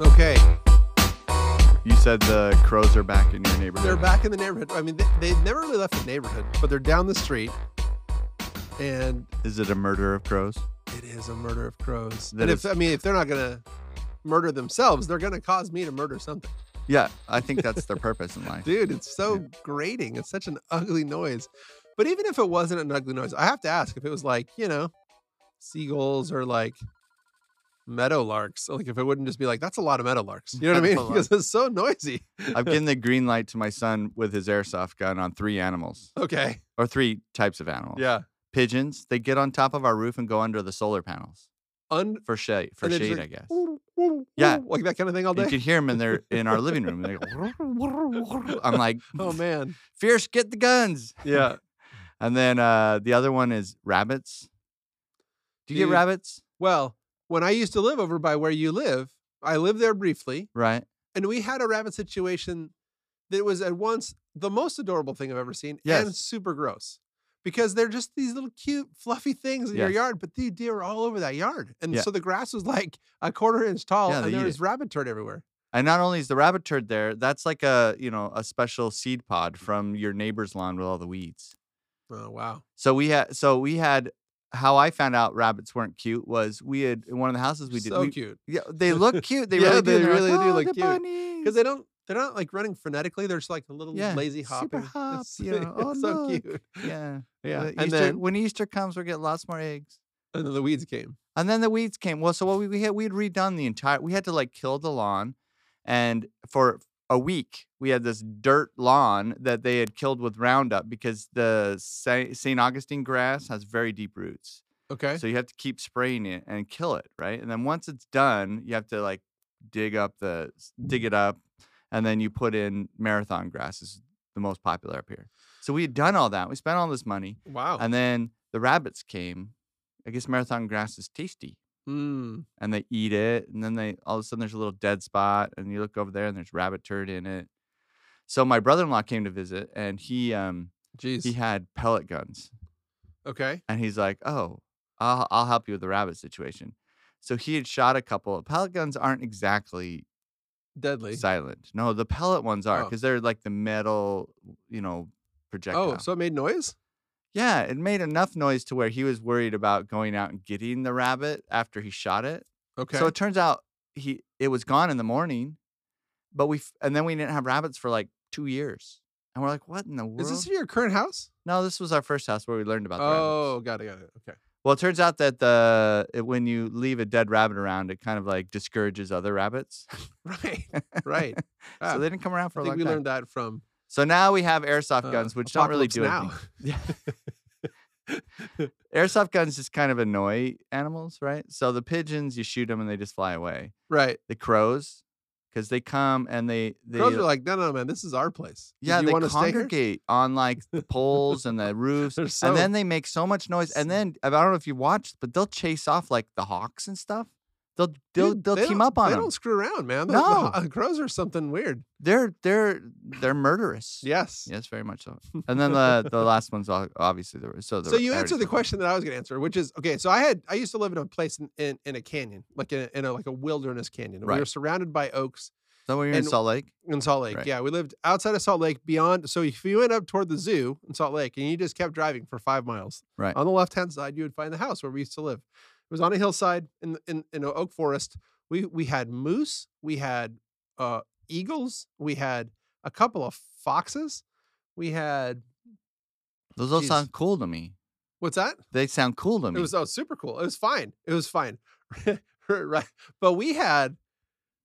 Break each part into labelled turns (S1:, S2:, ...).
S1: Okay,
S2: You said the crows are back in your neighborhood.
S1: they're back in the neighborhood. I mean, they, they've never really left the neighborhood, but they're down the street, and
S2: Is it a murder of crows?
S1: it is a murder of crows.
S2: That
S1: and
S2: is-
S1: if I mean, if they're not gonna murder themselves, they're gonna cause me to murder something.
S2: Yeah, I think that's their purpose in life.
S1: Dude, it's so grating. It's such an ugly noise. But even if it wasn't an ugly noise, I have to ask if it was like, you know, seagulls or like meadowlarks. Like if it wouldn't just be like, that's a lot of meadowlarks. You know what I mean? Because it's so noisy.
S2: I've given the green light to my son with his airsoft gun on three animals
S1: Okay.
S2: or three types of animals.
S1: Yeah.
S2: Pigeons, they get on top of our roof and go under the solar panels
S1: Un-
S2: for shade, for
S1: And they're just
S2: shade,
S1: like,
S2: I guess.
S1: woo, woo,
S2: Yeah.
S1: woo, Like that kind of thing all
S2: You
S1: day.
S2: could hear them in their in our living room. They go, I'm like,
S1: Oh man.
S2: fierce, get the guns.
S1: Yeah.
S2: And then uh, the other one is rabbits. Do you
S1: Dude.
S2: get rabbits?
S1: Well, when I used to live over by where you live, I lived there briefly.
S2: Right.
S1: and we had a rabbit situation that was at once the most adorable thing I've ever seen and
S2: Yes.
S1: super gross because they're just these little cute fluffy things in your
S2: Yes.
S1: yard, but the deer were all over that yard, and
S2: Yeah.
S1: so the grass was like a quarter inch tall,
S2: Yeah, they
S1: and there
S2: eat
S1: was
S2: it.
S1: rabbit turd everywhere.
S2: And not only is the rabbit turd there, that's like a you know a special seed pod from your neighbor's lawn with all the weeds.
S1: Oh wow!
S2: So we had so we had how I found out rabbits weren't cute was we had in one of the houses we did
S1: so
S2: we-
S1: cute
S2: yeah they look cute they
S1: Yeah,
S2: really do
S1: they
S2: and they're like,
S1: really do
S2: "Oh,
S1: look
S2: the
S1: cute." because they don't. They're not like running frenetically. They're just like a little
S2: Yeah,
S1: lazy hopping.
S2: super hop,
S1: It's-
S2: you know, "Oh,
S1: it's so
S2: look."
S1: cute.
S2: yeah
S1: Yeah.
S2: The
S1: And
S2: Easter,
S1: then
S2: when Easter comes we'll get lots more eggs
S1: and then the weeds came.
S2: and then the weeds came well so what we, we had we'd redone the entire we had to like kill the lawn and for a week we had this dirt lawn that they had killed with Roundup because the St Augustine grass has very deep roots.
S1: Okay.
S2: So you have to keep spraying it and kill it, right? And then once it's done, you have to like dig up the s- dig it up, and then you put in marathon grass is the most popular up here. So we had done all that. We spent all this money,
S1: wow.
S2: and then the rabbits came. I guess marathon grass is tasty,
S1: Mm,
S2: and they eat it, and then they all of a sudden there's a little dead spot, and you look over there and there's rabbit turd in it. So my brother-in-law came to visit, and he um
S1: jeez.
S2: he had pellet guns.
S1: Okay.
S2: And he's like, "Oh, I'll I'll help you with the rabbit situation." So he had shot a couple. Pellet guns aren't exactly
S1: Deadly.
S2: silent. No, the pellet ones are
S1: Oh.
S2: because they're like the metal, you know, projectile.
S1: Oh, so it made noise.
S2: yeah, it made enough noise to where he was worried about going out and getting the rabbit after he shot it.
S1: Okay.
S2: So it turns out he it was gone in the morning, but we f- and then we didn't have rabbits for like two years, and we're like, "What in the world?"
S1: is this your current house?
S2: no, this was our first house where we learned about the rabbits.
S1: Oh, got it, got it. Okay.
S2: Well, it turns out that the it- when you leave a dead rabbit around, it kind of like discourages other rabbits.
S1: Right. Right. Ah,
S2: so they didn't come around for
S1: I
S2: a
S1: think
S2: long
S1: we
S2: time.
S1: learned that from
S2: so now we have airsoft
S1: uh,
S2: guns, which don't really
S1: Apocalypse
S2: do anything.
S1: now.
S2: Airsoft guns just kind of annoy animals, right? So the pigeons, you shoot them and they just fly away.
S1: Right.
S2: The crows, because they come and they they uh,
S1: Crows are like, no, no, man, this is our place. Do
S2: yeah
S1: you
S2: they
S1: want to stay here?
S2: congregate on like the poles and the roofs,
S1: They're so,
S2: and then they make so much noise.
S1: so-
S2: And then I don't know if you watched, but they'll chase off like the hawks and stuff. They'll they'll
S1: Dude,
S2: they'll
S1: they
S2: team
S1: don't-
S2: up on
S1: They
S2: them.
S1: don't screw around, man. The-
S2: No.
S1: the, crows are something weird.
S2: they're they're they're murderous.
S1: Yes.
S2: Yes, very much so. And then the the last one's ob- obviously the so the
S1: So you
S2: I already
S1: answered the
S2: said that.
S1: question that I was going to answer, which is okay. So I had I used to live in a place in in, in a canyon, like in a, in a like a wilderness canyon. We were
S2: Right.
S1: surrounded by oaks
S2: Is that when you're in
S1: and-
S2: Salt Lake?
S1: in Salt Lake.
S2: Right.
S1: Yeah, we lived outside of Salt Lake, beyond. So if you went up toward the zoo in Salt Lake and you just kept driving for five miles,
S2: Right.
S1: on the left hand side, you would find the house where we used to live. It was on a hillside in in, in an oak forest. We we had moose, we had uh, eagles, we had a couple of foxes, we had
S2: Those all
S1: Jeez.
S2: sound cool to me.
S1: what's that?
S2: They sound cool to me.
S1: It was oh super cool. It was fine. It was fine. right. But we had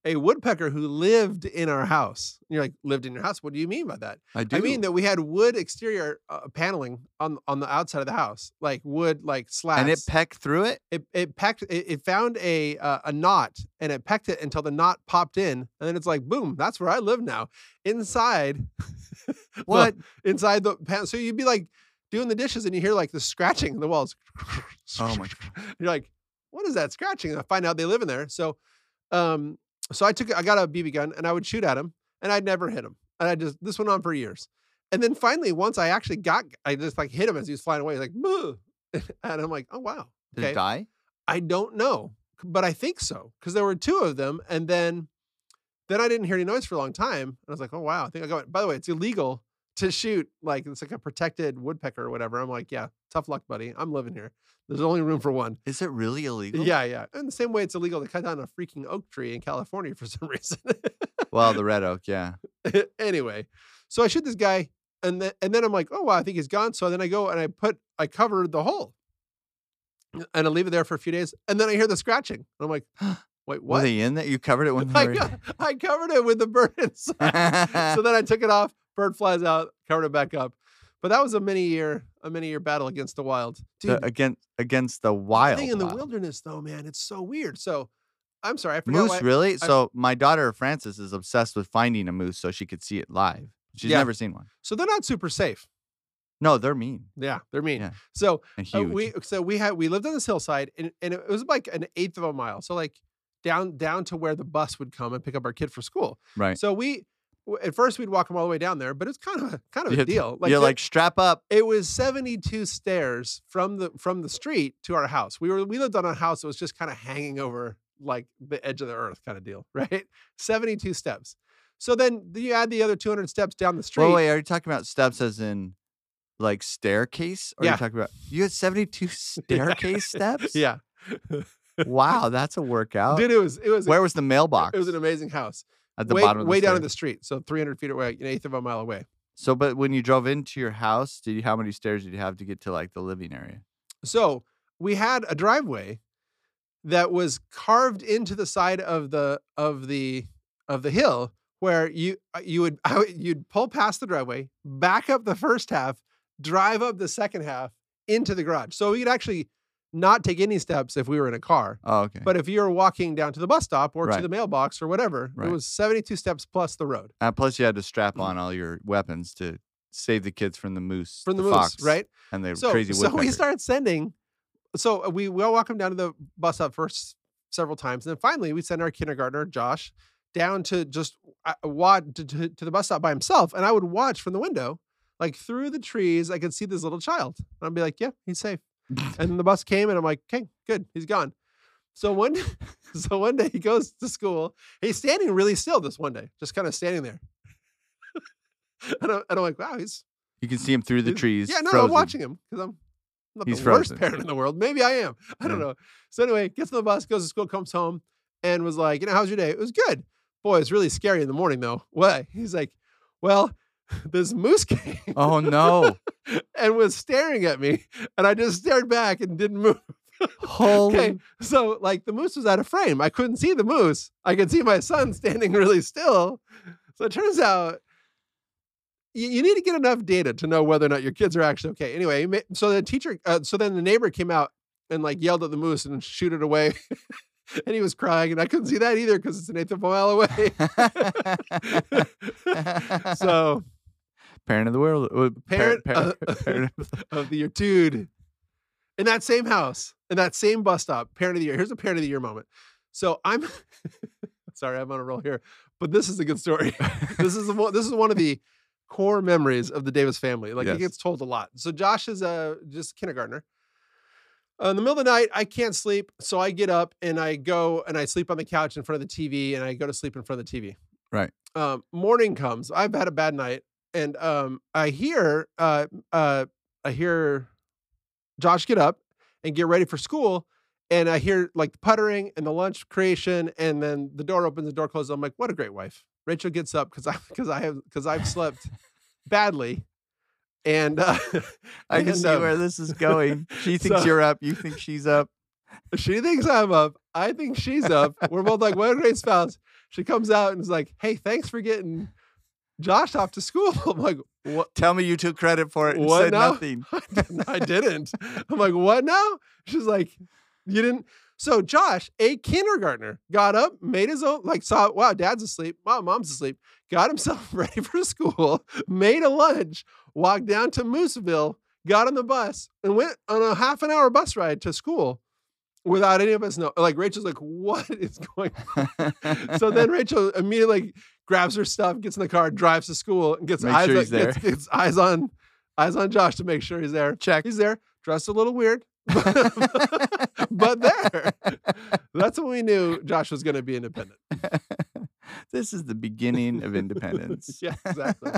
S1: a woodpecker who lived in our house. And you're like, lived in your house? What do you mean by that?
S2: I do.
S1: I mean that we had wood exterior uh, paneling on on the outside of the house, like wood like slats.
S2: and it pecked through it.
S1: it, it pecked. It, it found a uh, a knot and it pecked it until the knot popped in, and then it's like boom, that's where I live now. Inside,
S2: What?
S1: inside the pan. So you'd be like doing the dishes and you hear like the scratching in the walls.
S2: oh my god!
S1: You're like, what is that scratching? And I find out they live in there. So, um, so I took, I got a BB gun and I would shoot at him and I'd never hit him. And I just, this went on for years. And then finally, once I actually got, I just like hit him as he was flying away. He's like, boo. And I'm like, oh, wow.
S2: Did
S1: Okay.
S2: it die?
S1: I don't know, but I think so. Cause there were two of them. And then Then I didn't hear any noise for a long time. And I was like, oh, wow. I think I got it. By the way, it's illegal to shoot. Like, it's like a protected woodpecker or whatever. I'm like, yeah, tough luck, buddy. I'm living here. There's only room for one.
S2: Is it really illegal?
S1: Yeah, yeah. And the same way it's illegal to cut down a freaking oak tree in California for some reason.
S2: Well, the red oak. Yeah.
S1: anyway, so I shoot this guy, and then and then I'm like, oh wow, I think he's gone. So then I go and I put I cover the hole, and I leave it there for a few days, and then I hear the scratching, and I'm like, wait,
S2: Were
S1: what?
S2: they in that? You covered it when
S1: I,
S2: they were.
S1: co- I covered it with the bird inside. so then I took it off. Bird flies out, covered it back up. But that was a many year a many year battle against the wild. Dude,
S2: the, against against the wild.
S1: thing in the
S2: wild.
S1: wilderness though, man, it's so weird. So I'm sorry, I forgot.
S2: Moose,
S1: why-
S2: really? so my daughter Frances is obsessed with finding a moose so she could see it live. She's
S1: Yeah.
S2: never seen one.
S1: So they're not super safe.
S2: No, they're mean
S1: Yeah, they're mean.
S2: Yeah.
S1: So
S2: and
S1: Uh,
S2: huge.
S1: we so we had we lived on this hillside and, and it was like an eighth of a mile. So like down down to where the bus would come and pick up our kid for school.
S2: right.
S1: So we w- at first we'd walk him all the way down there, but it's kind of a kind of a
S2: You had to-
S1: deal.
S2: You're
S1: there-
S2: like strap up.
S1: it was 72 stairs from the from the street to our house. We were we lived on a house that was just kind of hanging over like the edge of the earth kind of deal, right? 72 steps. So then you add the other 200 steps down the street.
S2: Wait, wait, are you talking about steps as in like staircase? Or are
S1: Yeah.
S2: you talking about you had 72 staircase steps?
S1: yeah.
S2: Wow, that's a workout.
S1: Dude, it was it was
S2: Where was the mailbox?
S1: it was an amazing house.
S2: at the
S1: way,
S2: bottom of the
S1: way down
S2: stair.
S1: in the street, so 300 feet away, an eighth of a mile away.
S2: So but when you drove into your house, did you how many stairs did you have to get to like the living area?
S1: So we had a driveway that was carved into the side of the of the of the hill where you uh, you would I would- you'd pull past the driveway, back up the first half, drive up the second half into the garage. So we could actually not take any steps if we were in a car.
S2: Oh, okay.
S1: But if you were walking down to the bus stop or to
S2: Right.
S1: the mailbox or whatever,
S2: Right.
S1: it was 72 steps plus the road.
S2: Uh, plus, you had to
S1: Mm-hmm.
S2: strap on all your weapons to save the kids from the moose,
S1: From the, moose,
S2: fox,
S1: right?
S2: And the
S1: so,
S2: crazy
S1: so
S2: woodpecker.
S1: we start sending so uh, we we all walk him down to the bus stop first several times and then finally we send our kindergartner josh down to just uh, wa- to, to, to the bus stop by himself and i would watch from the window like through the trees i could see this little child and i'd be like yeah he's safe and the bus came and i'm like okay good he's gone so one so one day he goes to school he's standing really still this one day just kind of standing there and, I, and i'm like wow he's
S2: you can see him through the
S1: He's-
S2: trees.
S1: yeah, no,
S2: frozen.
S1: I'm watching him because I'm not
S2: He's
S1: the
S2: frozen.
S1: worst parent in the world. Maybe I am. I don't
S2: Yeah.
S1: know. So anyway, gets on the bus, goes to school, comes home, and was like, you know, how's your day? It was good. Boy, it's really scary in the morning though. What? He's like, well, this moose came
S2: Oh no!
S1: and was staring at me, and I just stared back and didn't move.
S2: Holy!
S1: So like the moose was out of frame. I couldn't see the moose. I could see my son standing really still. So it turns out you, you need to get enough data to know whether or not your kids are actually okay. Anyway, ma- so the teacher, uh, so then the neighbor came out and like yelled at the moose and shoot it away. and he was crying, and I couldn't see that either because it's an eighth of a mile away. so
S2: parent of the world. uh,
S1: Parent-
S2: Parent.
S1: uh,
S2: parent of the-
S1: of the year, dude. In that same house, in that same bus stop, parent of the year. Here's a parent of the year moment. So I'm sorry, I'm on a roll here, but this is a good story. this is the one, this is one of the core memories of the Davis family. Like
S2: Yes.
S1: it gets told a lot. So Josh is a just a kindergartner. Uh, in the middle of the night, I can't sleep, so I get up and I go and I sleep on the couch in front of the TV, and I go to sleep in front of the TV.
S2: Right.
S1: Um, morning comes. I've had a bad night, and um, I hear uh, uh, I hear Josh get up and get ready for school. And I hear like the puttering and the lunch creation, and then the door opens, the door closes. I'm like, what a great wife. Rachel gets up because I because I have because I've slept badly, and uh,
S2: I can
S1: and,
S2: see
S1: um,
S2: where this is going. She thinks
S1: so-
S2: you're up. You think she's up.
S1: she thinks I'm up. I think she's up. We're both like, what a great spouse. She comes out and is like, hey, thanks for getting Josh off to school. I'm like, what?
S2: Tell me you took credit for it and
S1: What
S2: said
S1: now?
S2: nothing.
S1: I didn't. I'm like, what now? She's like, you didn't. So Josh, a kindergartner, got up, made his own, like saw, wow, dad's asleep, wow, mom's asleep, got himself ready for school, made a lunch, walked down to Mooseville, got on the bus, and went on a half an hour bus ride to school without any of us know. Like Rachel's like, what is going so then Rachel immediately grabs her stuff, gets in the car, drives to school, and gets
S2: Make
S1: eyes
S2: sure
S1: on,
S2: he's there.
S1: Gets, gets eyes on eyes on Josh to make sure he's there.
S2: check.
S1: He's there, dressed a little weird, but there. That's when we knew Josh was going to be independent.
S2: This is the beginning of independence.
S1: yeah, exactly.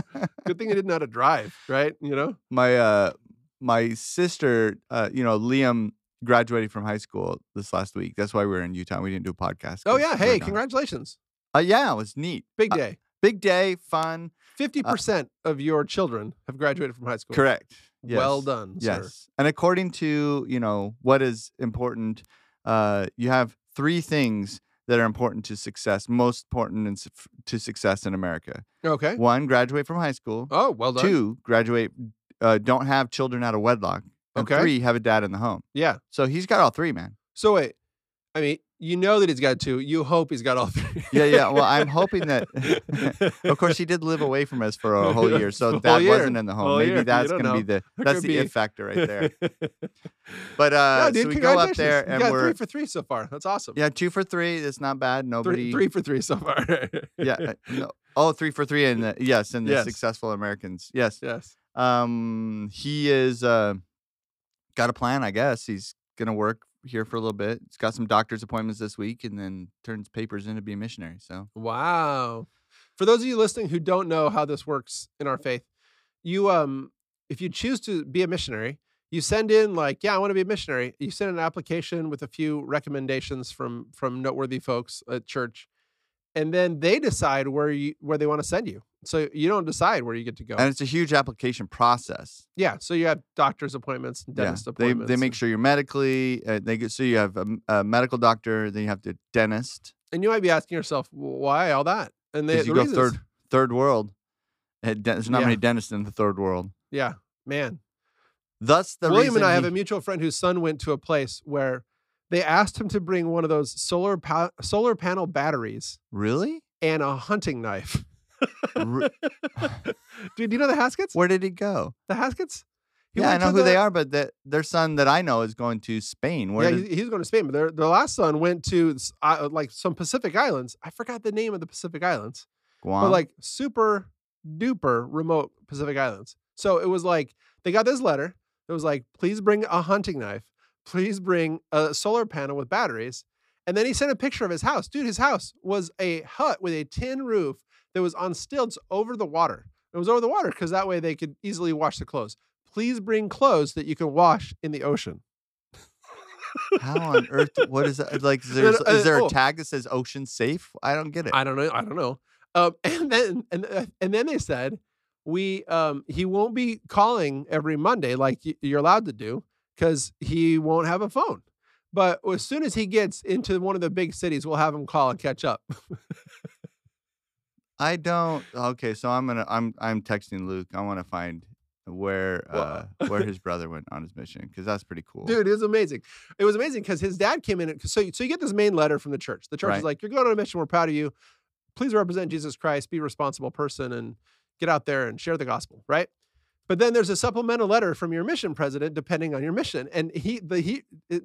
S1: Good thing I didn't know how to drive, right? You know?
S2: my uh my sister uh you know liam graduated from high school this last week that's why we were in utah we didn't do a podcast
S1: Oh
S2: 'cause
S1: yeah.
S2: we're
S1: Hey,
S2: gone.
S1: congratulations.
S2: uh, yeah it was neat
S1: Big
S2: Uh,
S1: day.
S2: big day fun
S1: Fifty percent of your children have graduated from high school.
S2: correct yes.
S1: Well done,
S2: yes
S1: sir.
S2: and according to you know what is important uh you have three things that are important to success most important in, su- to success in america
S1: Okay.
S2: one graduate from high school
S1: Oh, well done.
S2: two graduate uh, don't have children out of wedlock and
S1: Okay.
S2: three have a dad in the home
S1: Yeah.
S2: so he's got all three man
S1: So wait. I mean, you know that he's got two. You hope he's got all three.
S2: yeah, yeah. Well, I'm hoping that. of course, he did live away from us for a whole year, so
S1: Whole
S2: that
S1: year,
S2: wasn't in the home.
S1: whole
S2: Maybe
S1: year, you
S2: that's
S1: don't
S2: gonna be the that's
S1: could
S2: the
S1: be.
S2: if factor right there. But uh,
S1: no, dude,
S2: so we go up
S1: congratulations.
S2: there
S1: you
S2: and
S1: got
S2: we're
S1: three for three so far. That's awesome.
S2: yeah two for three. That's not bad. Nobody
S1: three, three for three so far.
S2: yeah uh, no, oh three for three and yes and the
S1: Yes.
S2: successful Americans yes
S1: yes.
S2: um he is uh got a plan I guess he's gonna work here for a little bit. He's got some doctor's appointments this week and then turns papers in to be a missionary. So
S1: Wow. For those of you listening who don't know how this works in our faith, you um if you choose to be a missionary, you send in like, yeah, I want to be a missionary. You send an application with a few recommendations from from noteworthy folks at church, and then they decide where you where they want to send you. So you don't decide where you get to go.
S2: and it's a huge application process.
S1: yeah. So you have doctor's appointments, and dentist
S2: they,
S1: appointments.
S2: they make
S1: and-
S2: sure you're medically. Uh, they get, so you have a, m- a medical doctor, then you have the dentist.
S1: and you might be asking yourself, why all that? And they
S2: Because
S1: the
S2: you go
S1: reason is-
S2: third third world. Uh, de- There's not
S1: Yeah.
S2: many dentists in the third world.
S1: Yeah, man.
S2: Thus, the
S1: William
S2: reason
S1: and I have
S2: he-
S1: a mutual friend whose son went to a place where they asked him to bring one of those solar pa- solar panel batteries
S2: really.
S1: and a hunting knife.
S2: Re-
S1: Dude, do you know the Haskets?
S2: Where did he go?
S1: The Haskets? He
S2: yeah, I
S1: went
S2: know
S1: to
S2: who they
S1: the-
S2: are, but that their son that I know is going to Spain. Where
S1: yeah,
S2: did-
S1: he- he's going to Spain. But their, their last son went to s- uh, like some Pacific islands. I forgot the name of the Pacific islands,
S2: Guam?
S1: but like super duper remote Pacific islands. So it was like they got this letter. It was like, please bring a hunting knife. Please bring a solar panel with batteries. And then he sent a picture of his house. Dude, his house was a hut with a tin roof that was on stilts over the water. It was over the water because that way they could easily wash the clothes. Please bring clothes that you can wash in the ocean.
S2: how on earth? What is that? Like, is
S1: then,
S2: there, is
S1: uh,
S2: there
S1: oh.
S2: a tag that says ocean safe? I don't get it.
S1: I don't know. I don't know. Um, and then and uh, and then they said we um, he won't be calling every Monday like y- you're allowed to do because he won't have a phone. But as soon as he gets into one of the big cities, we'll have him call and catch up.
S2: I don't. Okay, so I'm gonna. I'm. I'm texting Luke. I want to find where uh,
S1: Well-
S2: where his brother went on his mission because that's pretty cool.
S1: Dude, it was amazing. It was amazing because his dad came in. and- So so you get this main letter from the church. The church is
S2: Right.
S1: like, "You're going on a mission. We're proud of you. Please represent Jesus Christ. Be a responsible person and get out there and share the gospel." Right. But then there's a supplemental letter from your mission president, depending on your mission. And he the he. It,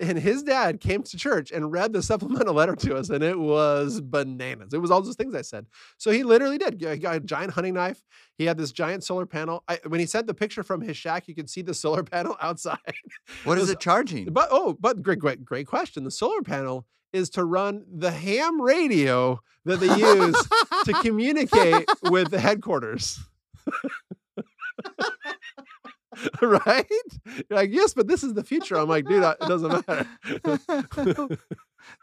S1: and his dad came to church and read the supplemental letter to us, and it was bananas. It was all those things I said. So he literally did. He got a giant hunting knife. He had this giant solar panel. I, when he sent the picture from his shack, you could see the solar panel outside.
S2: what is
S1: was-
S2: it charging?
S1: But oh, but great, great, great question. The solar panel is to run the ham radio that they use to communicate with the headquarters. right? You're like, yes, but this is the future. I'm like, dude, I- it doesn't matter.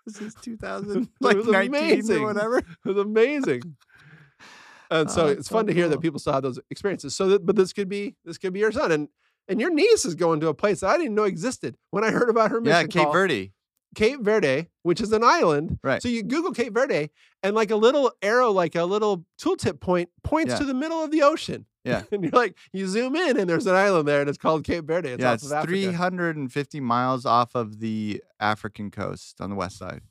S2: this is 2000,
S1: It
S2: like
S1: was
S2: 19
S1: amazing.
S2: or whatever.
S1: It was amazing. And so
S2: Oh, that's
S1: it's fun
S2: so
S1: to hear that
S2: cool.
S1: people still have those experiences. So, that, but this could be this could be your son, and and your niece is going to a place that I didn't know existed when I heard about her mission.
S2: Yeah, Cape
S1: call.
S2: Verde.
S1: Cape Verde, which is an island.
S2: Right.
S1: So you Google Cape Verde, and like a little arrow, like a little tooltip point, points
S2: Yeah.
S1: to the middle of the ocean.
S2: Yeah.
S1: and you're like, you zoom in, and there's an island there, and it's called Cape Verde. It's
S2: yeah,
S1: off
S2: it's
S1: of Africa.
S2: 350 miles off of the African coast on the west side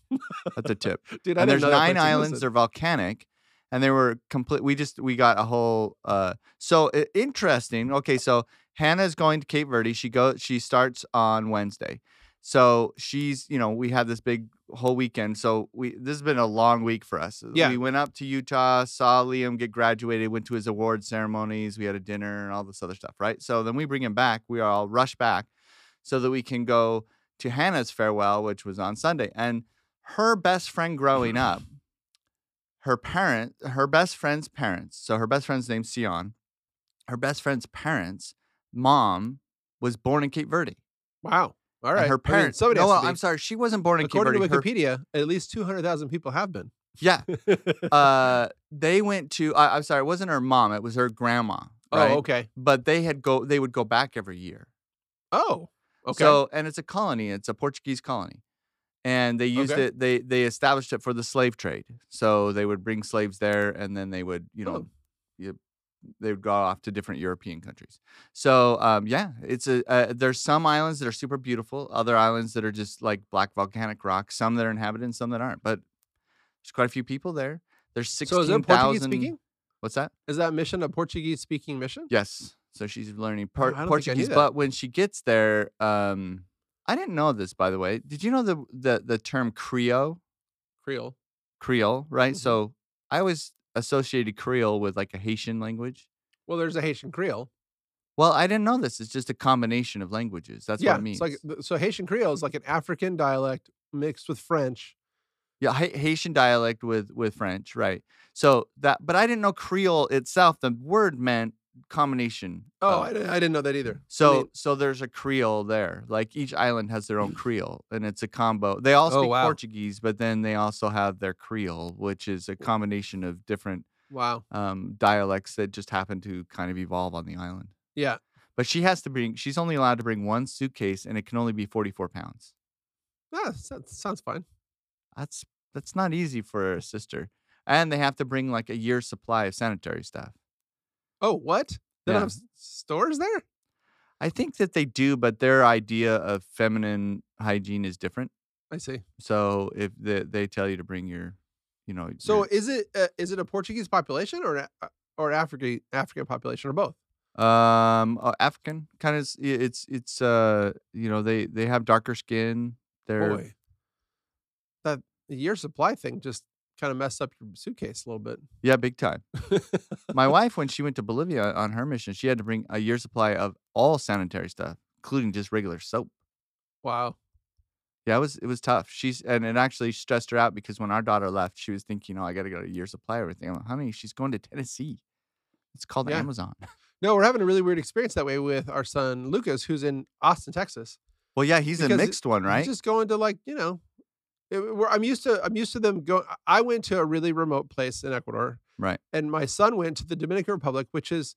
S2: at the tip.
S1: Dude, I didn't
S2: and there's
S1: know that
S2: nine
S1: place
S2: islands. They're
S1: existed.
S2: volcanic, and they were complete. We just we got a whole. uh So i- interesting. Okay, so Hannah's going to Cape Verde. She goes. She starts on Wednesday. So she's you know we had this big whole weekend. So we this has been a long week for us. Uh,
S1: Yeah.
S2: we went up to Utah, saw Liam get graduated, went to his award ceremonies. We had a dinner and all this other stuff, right? So then we bring him back. We all rush back so that we can go to Hannah's farewell, which was on Sunday. And her best friend growing up, her parent, her best friend's parents. So her best friend's name's Sion. Her best friend's parents, mom, was born in Cape Verde.
S1: Wow. All
S2: And
S1: right.
S2: her
S1: I mean,
S2: parents.
S1: somebody
S2: no,
S1: has to
S2: I'm
S1: be.
S2: sorry, she wasn't born in
S1: According
S2: Cape
S1: to
S2: Verde. Her-
S1: Wikipedia, at least 200,000 people have been. Oh,
S2: yeah. Uh, they went to. I, I'm sorry, it wasn't her mom. It was her grandma. Right?
S1: Oh, okay.
S2: But they had go. They would go back every year.
S1: Oh, okay.
S2: So and it's a colony. It's a Portuguese colony, and they used
S1: Okay.
S2: it. They they established it for the slave trade. So they would bring slaves there, and then they would you
S1: Oh.
S2: know, you, they would go off to different European countries. So um, yeah, it's a uh, there's some islands that are super beautiful, other islands that are just like black volcanic rock. Some that are inhabited, and some that aren't. But there's quite a few people there. There's
S1: so is it
S2: sixteen
S1: Portuguese
S2: thousand.
S1: speaking?
S2: what's that?
S1: Is that mission a Portuguese speaking mission?
S2: Yes. So she's learning
S1: Oh, I
S2: por-
S1: don't think I knew
S2: Portuguese,
S1: that.
S2: but when she gets there, um, I didn't know this by the way. Did you know the the, the term Creole?
S1: Creole.
S2: Creole, right?
S1: Mhm.
S2: So I always associated Creole with like a Haitian language.
S1: Well, there's a Haitian Creole.
S2: Well, I didn't know this. It's just a combination of languages. That's
S1: yeah,
S2: what it
S1: it's
S2: means.
S1: like th- so Haitian Creole is like an African dialect mixed with French.
S2: yeah, Ha- Haitian dialect with with French, right? So that, but I didn't know Creole itself. The word meant combination.
S1: Oh,
S2: of-
S1: I, didn't, I didn't know that either. I
S2: So
S1: mean, Mm.
S2: so there's a Creole there. Like each island has their own Creole, and it's a combo. They all
S1: Oh,
S2: speak
S1: wow.
S2: Portuguese, but then they also have their Creole, which is a combination of different
S1: wow.
S2: um, dialects that just happen to kind of evolve on the island.
S1: Yeah.
S2: But she has to bring. She's only allowed to bring one suitcase, and it can only be 44 pounds.
S1: Ah, that sounds fine.
S2: That's that's not easy for a sister. And they have to bring like a year's supply of sanitary stuff.
S1: Oh, what? They
S2: Yeah.
S1: don't have s- stores there?
S2: I think that they do, but their idea of feminine hygiene is different.
S1: I see.
S2: So if they, they tell you to bring your, you know,
S1: So
S2: your-
S1: is it uh, is it a Portuguese population or an A- or African African population or both?
S2: um uh, African kind of it's it's uh you know they they have darker skin.
S1: Oh,
S2: They're
S1: Boy, that year supply thing just kind of messed up your suitcase a little bit.
S2: yeah, big time. My wife when she went to Bolivia on her mission, she had to bring a year's supply of all sanitary stuff, including just regular soap.
S1: wow.
S2: Yeah, it was it was tough. She's and it actually stressed her out because when our daughter left, she was thinking, "Oh, I got to get a year's supply of everything." I'm like, "Honey, she's going to Tennessee. It's called the
S1: Yeah.
S2: Amazon."
S1: No, we're having a really weird experience that way with our son Lucas, who's in Austin, Texas.
S2: Well, yeah, he's
S1: Because
S2: a
S1: it-
S2: mixed one,
S1: He's
S2: right?
S1: Just going to like you know, it- we're, I'm used to I'm used to them going. I went to a really remote place in Ecuador,
S2: Right.
S1: And my son went to the Dominican Republic, which is,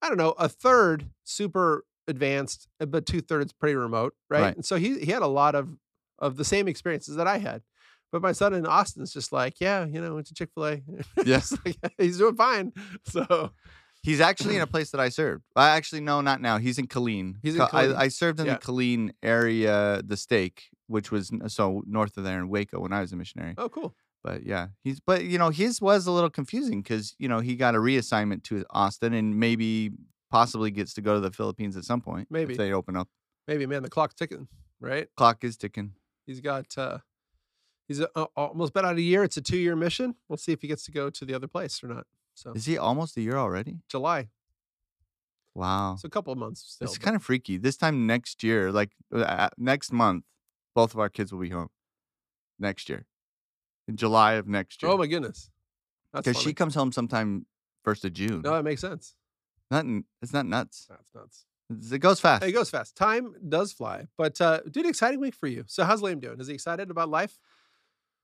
S1: I don't know, a third super advanced, uh, but two thirds pretty remote, right?
S2: Right.
S1: And so he he had a lot of of the same experiences that I had. But my son in Austin's just like, yeah, you know, went to Chick Fil A.
S2: Yeah.
S1: he's doing fine. So
S2: He's actually in a place that I served. I actually no, not now. He's in Killeen.
S1: He's in
S2: Co-
S1: Killeen.
S2: I, I served in
S1: Yeah.
S2: the Killeen area, the stake, which was n- so north of there in Waco when I was a missionary.
S1: oh, cool.
S2: But yeah, he's but you know his was a little confusing because you know he got a reassignment to Austin and maybe possibly gets to go to the Philippines at some point.
S1: Maybe.
S2: if they open up.
S1: Maybe man, the clock's ticking, right?
S2: Clock is ticking.
S1: He's got uh he's uh uh, almost been out a year. It's a two year mission. We'll see if he gets to go to the other place or not. So
S2: Is he almost a year already?
S1: July.
S2: Wow,
S1: So a couple of months still.
S2: Oh. it's
S1: but-
S2: kind of freaky. This time next year, like uh, uh, next month, both of our kids will be home. Next year, in July of next year.
S1: oh my goodness. That's
S2: Because she
S1: funny.
S2: comes home sometime first of June.
S1: No, that makes sense.
S2: Nothing. It's not nuts.
S1: That's nuts.
S2: It's- It goes fast.
S1: It goes fast. Time does fly. But uh dude, exciting week for you. So how's Liam doing? Is he excited about life?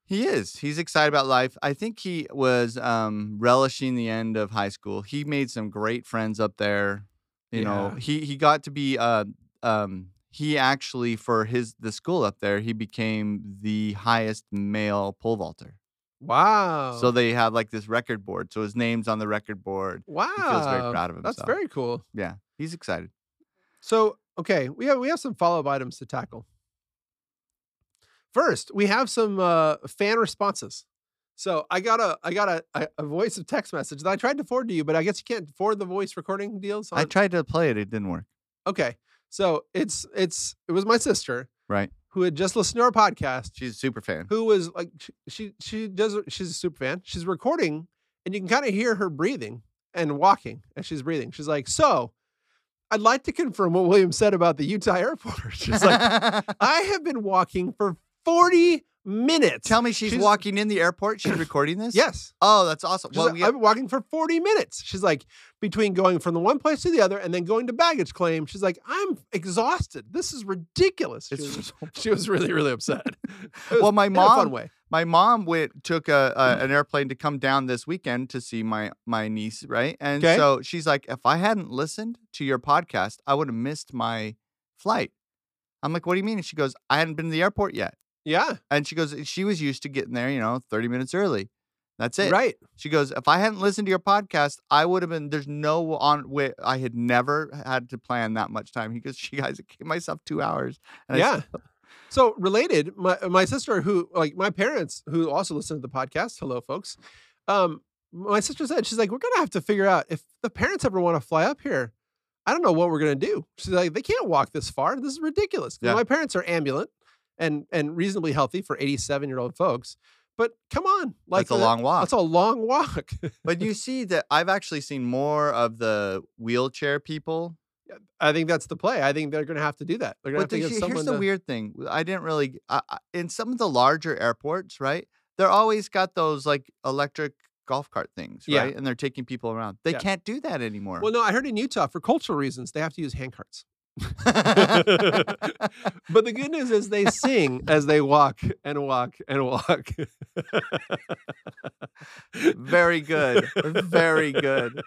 S2: He is. He's excited about life. I think he was um, relishing the end of high school. He made some great friends up there. You know,
S1: Yeah.
S2: he he got to be. Uh, um, he actually for his the school up there, he became the highest male pole vaulter.
S1: Wow.
S2: So they have like this record board. So his name's on the record board.
S1: wow.
S2: He feels very proud of himself.
S1: Oh, That's very cool.
S2: Yeah, he's excited.
S1: So, okay, we have we have some follow-up items to tackle. First, we have some uh, fan responses. So I got a I got a, a, a voice of text message that I tried to forward to you, but I guess you can't forward the voice recording deals.
S2: I
S1: on-
S2: tried to play it. It didn't work.
S1: okay, so it's it's it was my sister,
S2: Right.
S1: who had just listened to our podcast,
S2: She's a super fan.
S1: who was like sh- she she does she's a super fan. She's recording and you can kind of hear her breathing and walking as she's breathing. She's like, "So, I'd like to confirm what William said about the Utah airport." She's like, "I have been walking for 40 minutes.
S2: Tell me she's,
S1: She's-
S2: walking in the airport. She's recording this?
S1: yes.
S2: Oh, that's awesome.
S1: She's
S2: Well,
S1: like,
S2: we-
S1: I've been walking for 40 minutes. She's like, between going from the one place to the other and then going to baggage claim, she's like, I'm exhausted. This is ridiculous. She, was,
S2: it's,
S1: she was really, really upset. It was
S2: well, my
S1: in a fun
S2: mom,
S1: way. Mm.
S2: my mom went took a, a an airplane to come down this weekend to see my my niece, right? And
S1: 'Kay.
S2: so she's like, if I hadn't listened to your podcast, I would have missed my flight. I'm like, what do you mean? And she goes, I hadn't been to the airport yet.
S1: Yeah.
S2: And she goes, she was used to getting there, you know, 30 minutes early. That's it.
S1: Right.
S2: She goes, if I hadn't listened to your podcast, I would have been. There's no on way. I had never had to plan that much time. He goes, she guys, it gave myself two hours. I
S1: yeah. "Oh." So related, my my sister who like my parents who also listen to the podcast. Hello, folks. Um, my sister said she's like, we're gonna have to figure out if the parents ever want to fly up here. I don't know what we're gonna do. She's like, they can't walk this far. This is ridiculous. 'Cause
S2: Yeah.
S1: My parents are ambulant and and reasonably healthy for eighty seven year old folks. But come on, like
S2: that's a
S1: that-
S2: long walk.
S1: That's a long walk.
S2: but you see that I've actually seen more of the wheelchair people.
S1: I think that's the play. I think they're gonna have to do that. They're gonna
S2: But
S1: have to get
S2: the- here-
S1: someone.
S2: here's the
S1: to-
S2: weird thing. I didn't really I, I- in some of the larger airports, right? They're always got those like electric golf cart things,
S1: Yeah.
S2: right? And they're taking people around. They
S1: Yeah.
S2: can't do that anymore.
S1: well, no, I heard in Utah for cultural reasons they have to use hand carts. But the good news is they sing as they walk and walk and walk.
S2: Very good. Very good.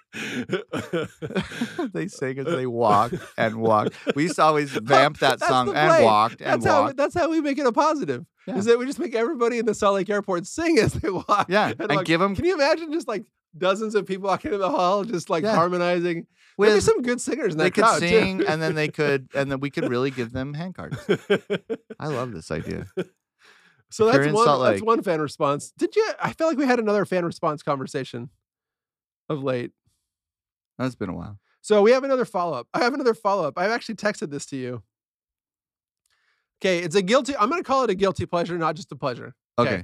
S2: they sing as they walk and walk. We used to always vamp that
S1: That's
S2: song
S1: the
S2: and
S1: play.
S2: walked and
S1: That's how,
S2: walked.
S1: that's how we make it a positive.
S2: Yeah.
S1: Is that we just make everybody in the Salt Lake Airport sing as they walk.
S2: yeah,
S1: and
S2: and,
S1: walk.
S2: give them
S1: Can you imagine just like dozens of people walking in the hall, just like
S2: Yeah.
S1: harmonizing? There'd be
S2: with
S1: some good singers in
S2: they
S1: that
S2: could
S1: crowd. too.
S2: sing and then they could and then we could really give them hand cards. I love this idea.
S1: so
S2: if you're
S1: that's
S2: in
S1: one.
S2: Salt
S1: That's
S2: Lake.
S1: one fan response. Did you? I feel like we had another fan response conversation of late.
S2: That's been a while.
S1: So we have another follow up. I have another follow up. I've actually texted this to you. Okay, it's a guilty. I'm going to call it a guilty pleasure, not just a pleasure.
S2: Okay.
S1: Okay.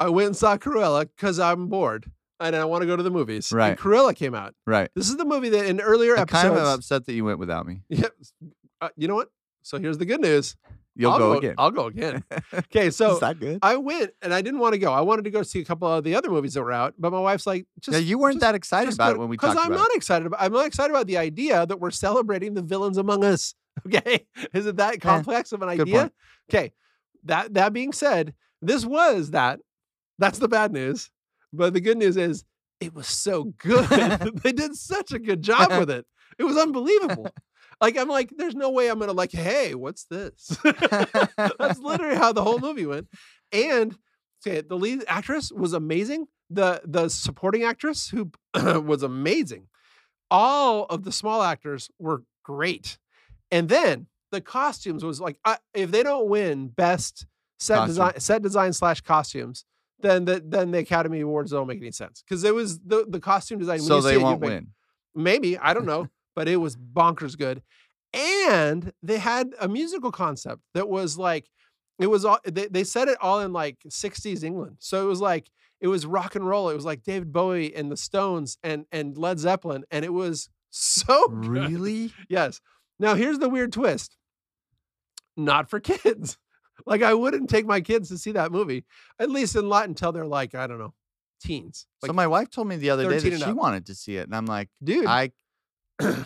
S1: I went and saw Cruella because I'm bored and I want to go to the movies. And
S2: Right.
S1: Cruella came out.
S2: Right.
S1: This is the movie that in earlier
S2: I
S1: episodes.
S2: kind of am upset that you went without me.
S1: Yep. Uh, you know what? So here's the good news.
S2: You'll
S1: I'll
S2: go, again.
S1: I'll go again. Okay, so
S2: Is that good?
S1: I went and I didn't want to go. I wanted to go see a couple of the other movies that were out, but my wife's like, just
S2: yeah, you weren't
S1: just-
S2: that excited about it when we talked
S1: because I'm
S2: about
S1: not excited about. I'm not excited about the idea that we're celebrating the villains among us. Okay, is it that complex of an
S2: Eh. good
S1: idea?
S2: point.
S1: Okay, that that being said, this was that. That's the bad news, but the good news is it was so good. they did such a good job with it. It was unbelievable. Like I'm like, there's no way I'm gonna like, hey, what's this?
S2: it.
S1: That's literally how the whole movie went. And okay, the lead actress was amazing. The the supporting actress who was amazing. All of the small actors were great. And then the costumes was like I, if they don't win best set
S2: Costume.
S1: design set design slash costumes, then the then the Academy Awards don't make any sense because it was the the costume design. when
S2: so
S1: you see
S2: they
S1: it, you
S2: won't
S1: make-
S2: win.
S1: maybe i don't know but it was bonkers good and they had a musical concept that was like it was all they, they said it all in like 60s england so it was like it was rock and roll it was like david bowie and the stones and and led zeppelin and it was so good.
S2: Really?
S1: yes now here's the weird twist not for kids like i wouldn't take my kids to see that movie at least in lot until they're like i don't know teens like
S2: so my wife told me the other day
S1: 13
S2: that
S1: and
S2: she
S1: up.
S2: wanted to see it, and I'm like,
S1: dude
S2: I,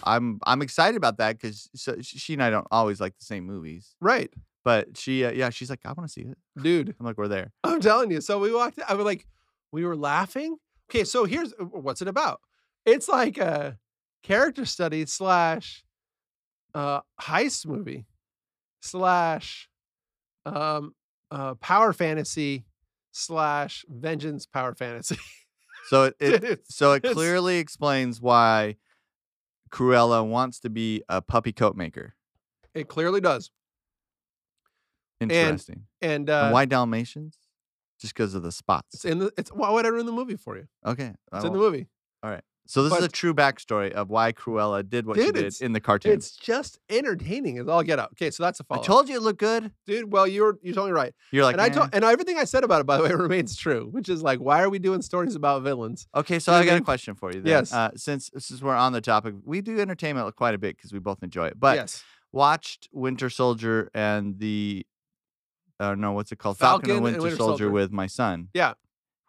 S2: I'm I'm excited about that because so sh- she and I don't always like the same movies,
S1: right
S2: but she, uh, yeah, she's like, I want to see it.
S1: dude
S2: I'm like, we're there.
S1: I'm telling you. So we walked. I was like, we were laughing. Okay, so here's uh, what's it about. It's like a character study slash uh, heist movie slash um, uh, power fantasy slash vengeance power fantasy.
S2: So it, it
S1: It's-
S2: so it
S1: it's-
S2: clearly explains why Cruella wants to be a puppy coat maker.
S1: it clearly does.
S2: Interesting.
S1: And,
S2: And,
S1: uh,
S2: why Dalmatians? Just because of the spots.
S1: it's in the. It's why would I ruin the movie for you?
S2: Okay. I
S1: It's in the
S2: won't-
S1: movie.
S2: so this is a
S1: but-
S2: true backstory of why Cruella did what she
S1: Dude,
S2: did
S1: it's-
S2: in the cartoon.
S1: It's just entertaining as all get out. Okay, so that's a
S2: I
S1: follow.
S2: told you it looked good.
S1: Dude, well, you're you're totally right.
S2: You're like,
S1: and
S2: "Eh."
S1: I told,
S2: "Nah."
S1: and everything I said about it, by the way, remains true, which is like, why are we doing stories about villains?
S2: okay, so
S1: you
S2: I got a
S1: mean-
S2: question for you. Then.
S1: Yes.
S2: Uh, since since we're on the topic, we do entertainment quite a bit because we both enjoy it. But
S1: yes,
S2: watched Winter Soldier and the or no, what's it called? Falcon,
S1: Falcon
S2: and Winter, Soldier, with my son.
S1: Yeah.
S2: It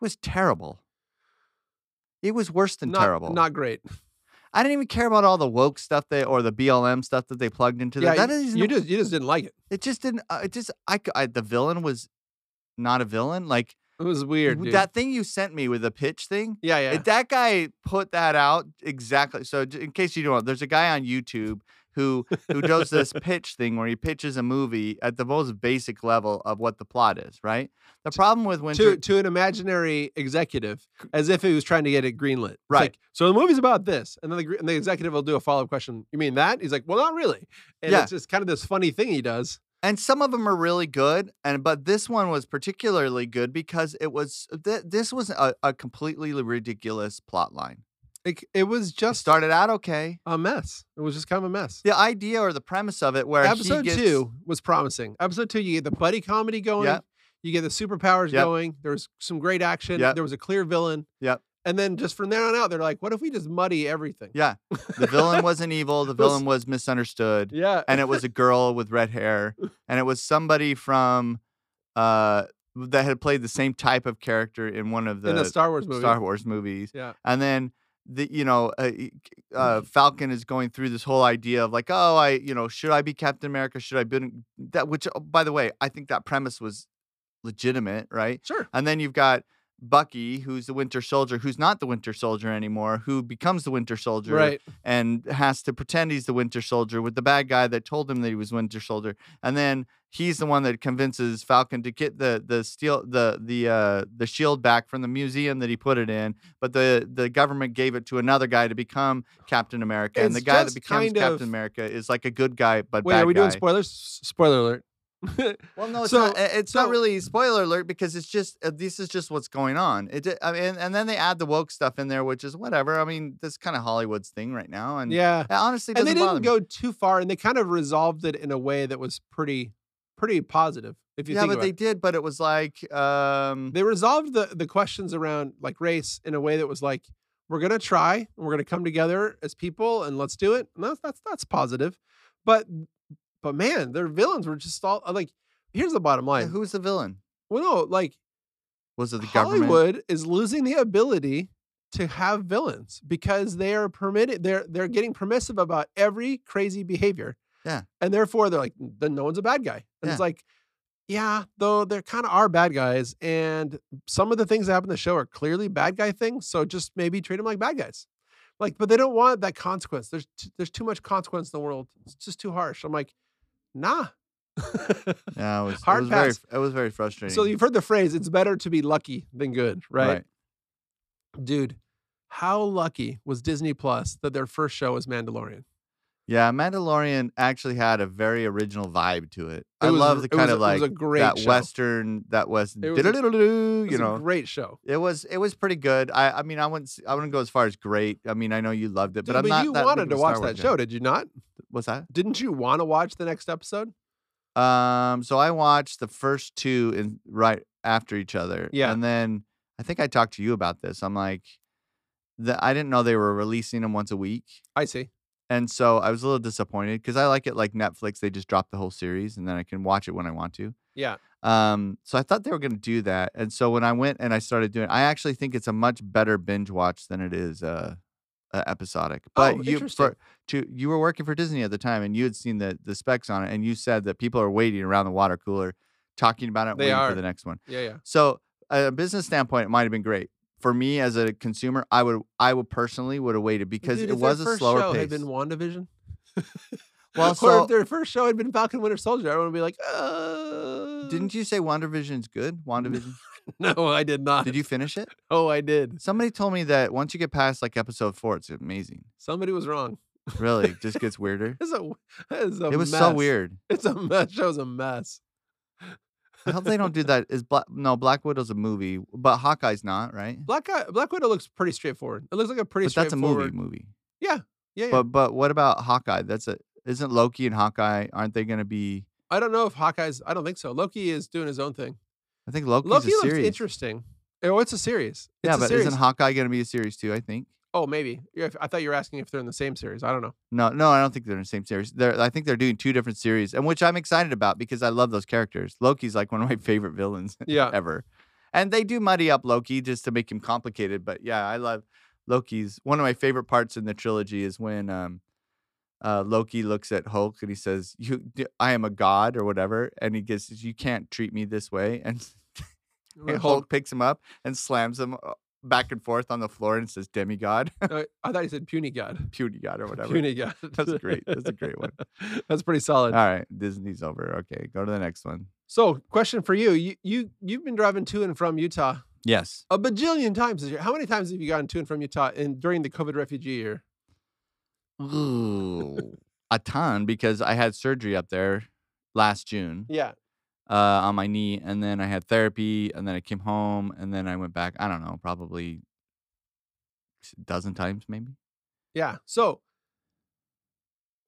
S2: was terrible. It was worse than
S1: not,
S2: terrible.
S1: Not great.
S2: I didn't even care about all the woke stuff they or the BLM stuff that they plugged into
S1: Yeah,
S2: there. That
S1: you-
S2: is
S1: you just you just didn't like it.
S2: it just didn't uh, it just I, c- I- the villain was not a villain like
S1: It was weird.
S2: w-
S1: Dude.
S2: that thing you sent me with the pitch thing
S1: yeah, yeah.
S2: it- that guy put that out exactly. So j- in case you don't know, there's a guy on YouTube who who does this pitch thing where he pitches a movie at the most basic level of what the plot is, right? The problem with Winter
S1: to to an imaginary executive as if he was trying to get it greenlit. It's
S2: Right.
S1: like, so the movie's about this, and then the gre- and the executive will do a follow up question. You mean that? He's like, well, not really. And
S2: Yeah.
S1: it's just kind of this funny thing he does.
S2: and some of them are really good and but this one was particularly good because it was th- this was a, a completely ridiculous plot line.
S1: It c- it was
S2: It
S1: just
S2: started out okay.
S1: a mess. It was just kind of a mess.
S2: The idea or the premise of it where
S1: Episode
S2: he gets,
S1: two was promising. Episode two, you get the buddy comedy going.
S2: Yep.
S1: You get the superpowers
S2: Yep.
S1: going. There was some great action.
S2: Yep.
S1: There was a clear villain.
S2: Yep.
S1: And then just from there on out, they're like, what if we just muddy everything?
S2: Yeah. The villain wasn't evil, the villain was misunderstood.
S1: Yeah.
S2: and it was a girl with red hair, and it was somebody from uh that had played the same type of character in one of the
S1: in a Star Wars movie.
S2: Star Wars movies.
S1: Yeah.
S2: and then the you know uh, e- uh, Falcon is going through this whole idea of like, oh, I you know should I be Captain America? Should I be that? Which oh, by the way, I think that premise was legitimate, right?
S1: Sure.
S2: And then you've got Bucky, who's the Winter Soldier, who's not the Winter Soldier anymore, who becomes the Winter Soldier
S1: Right.
S2: and has to pretend he's the Winter Soldier with the bad guy that told him that he was Winter Soldier, and then he's the one that convinces Falcon to get the the steel the the uh, the shield back from the museum that he put it in, but the the government gave it to another guy to become Captain America, and the
S1: It's
S2: guy that
S1: just
S2: becomes
S1: kind
S2: Captain
S1: of-
S2: America is like a good guy but
S1: Wait,
S2: bad
S1: are we
S2: guy.
S1: doing spoilers? S- Spoiler alert.
S2: Well, no, it's
S1: So-
S2: not. it- It's not
S1: so-
S2: really spoiler alert because it's just uh, this is just what's going on. It, di- I mean, and, and then they add the woke stuff in there, which is whatever. I mean, that's kind of Hollywood's thing right now, and
S1: yeah.
S2: it honestly,
S1: And
S2: doesn't
S1: they
S2: bother
S1: didn't
S2: me.
S1: go too far and they kind of resolved it in a way that was pretty pretty positive if you
S2: yeah,
S1: think
S2: but
S1: about
S2: they
S1: it.
S2: did. But it was like, um,
S1: They resolved the the questions around like race in a way that was like we're going to try and we're going to come together as people and let's do it. And that's that's that's positive. But but man, their villains were just all like here's the bottom
S2: yeah,
S1: line.
S2: who was the villain?
S1: well no, like
S2: Was it the government?
S1: Hollywood is losing the ability to have villains because they are permitted. They're they're getting permissive about every crazy behavior.
S2: Yeah.
S1: and therefore they're like, then no one's a bad guy. And
S2: Yeah.
S1: it's like, yeah, though there kind of are bad guys, and some of the things that happen in the show are clearly bad guy things. So just maybe treat them like bad guys. Like, but they don't want that consequence. There's t- there's too much consequence in the world. It's just too harsh. I'm like, nah.
S2: Yeah, it was,
S1: Hard
S2: it was very,
S1: pass.
S2: f- it was very frustrating.
S1: so you've heard the phrase, "It's better to be lucky than good," right? dude how lucky was disney plus that their first show was mandalorian
S2: Yeah, Mandalorian actually had a very original vibe to it. I
S1: was-
S2: love the
S1: it was
S2: kind
S1: a-
S2: of like
S1: it was a great
S2: that
S1: show.
S2: western, that west,
S1: It was a-
S2: diddle-diddle-doo,
S1: It
S2: you
S1: was
S2: know.
S1: a great show
S2: It was it was pretty good. I I mean I wouldn't s- I wouldn't go as far as great. I mean I know you loved it,
S1: Dude,
S2: but I'm not.
S1: you
S2: that
S1: wanted
S2: big
S1: to
S2: of a Star
S1: watch
S2: Wars
S1: that
S2: guy.
S1: show did you not
S2: What's that?
S1: didn't you want to watch the next episode
S2: Um, so I watched the first two in right after each other.
S1: Yeah.
S2: and then I think I talked to you about this. I'm like, the, I didn't know they were releasing them once a week,
S1: i see
S2: and so I was a little disappointed because I like it like Netflix. They just drop the whole series, and then I can watch it when I want to.
S1: yeah
S2: Um, so I thought they were going to do that, and so when I went and I started doing, I actually think it's a much better binge watch than it is uh, uh episodic. But
S1: Oh,
S2: you
S1: interesting.
S2: for to you were working for Disney at the time, and you had seen the the specs on it, and you said that people are waiting around the water cooler, talking about it,
S1: They
S2: waiting
S1: are.
S2: for the next one.
S1: yeah yeah
S2: So a business standpoint, it might have been great for me as a consumer. I would I would personally would have waited because
S1: Dude,
S2: it
S1: if their
S2: was a
S1: first
S2: slower
S1: show
S2: pace.
S1: had been wandavision
S2: Well,
S1: or
S2: so-
S1: if their first show had been falcon winter soldier i would be like uh
S2: Didn't you say WandaVision's good? WandaVision.
S1: no i did not
S2: Did you finish it?
S1: oh i did
S2: Somebody told me that once you get past like episode four, it's amazing.
S1: somebody was wrong
S2: Really, it just gets weirder.
S1: it's a, it's a
S2: It was
S1: mess.
S2: so weird.
S1: it's a mess show's a mess
S2: I hope they don't do that. Is Black? No, Black Widow's a movie, but Hawkeye's not, right?
S1: black Guy- black widow looks pretty straightforward it looks like a pretty
S2: But that's a
S1: straightforward
S2: movie. Movie.
S1: yeah, yeah.
S2: But but what about Hawkeye? That's a isn't Loki and Hawkeye? Aren't they going to be?
S1: I don't know if Hawkeye's. I don't think so. Loki is doing his own thing.
S2: I think Loki's
S1: Loki
S2: a
S1: looks
S2: series.
S1: interesting. Oh, it's a series. It's
S2: yeah,
S1: a
S2: but
S1: series.
S2: isn't Hawkeye going to be a series too? I think.
S1: Oh, maybe. Yeah, if- I thought you were asking if they're in the same series. I don't know.
S2: No, no, I don't think they're in the same series. They're, I think they're doing two different series, and which I'm excited about because I love those characters. Loki's like one of my favorite villains
S1: Yeah.
S2: ever, and they do muddy up Loki just to make him complicated. But yeah, I love Loki's. One of my favorite parts in the trilogy is when um, uh, Loki looks at Hulk and he says, "You, d- I am a god or whatever," and he gets, "You can't treat me this way." And
S1: When
S2: Hulk,
S1: Hulk-
S2: picks him up and slams him uh, back and forth on the floor and says, "Demigod,
S1: uh, I thought you said puny god.
S2: puny god, or whatever."
S1: Puny god.
S2: That's great. That's a Uh, great one.
S1: That's pretty solid.
S2: All right, Disney's over. Okay, go to the next one.
S1: So, question for you. You you you've been driving to and from Utah
S2: Yes.
S1: a bajillion times this year. How many times have you gotten to and from Utah in during the COVID refugee year?
S2: a ton because I had surgery up there last June
S1: Yeah.
S2: uh, on my knee, and then I had therapy, and then I came home, and then I went back. I don't know, probably a dozen times, maybe.
S1: Yeah. So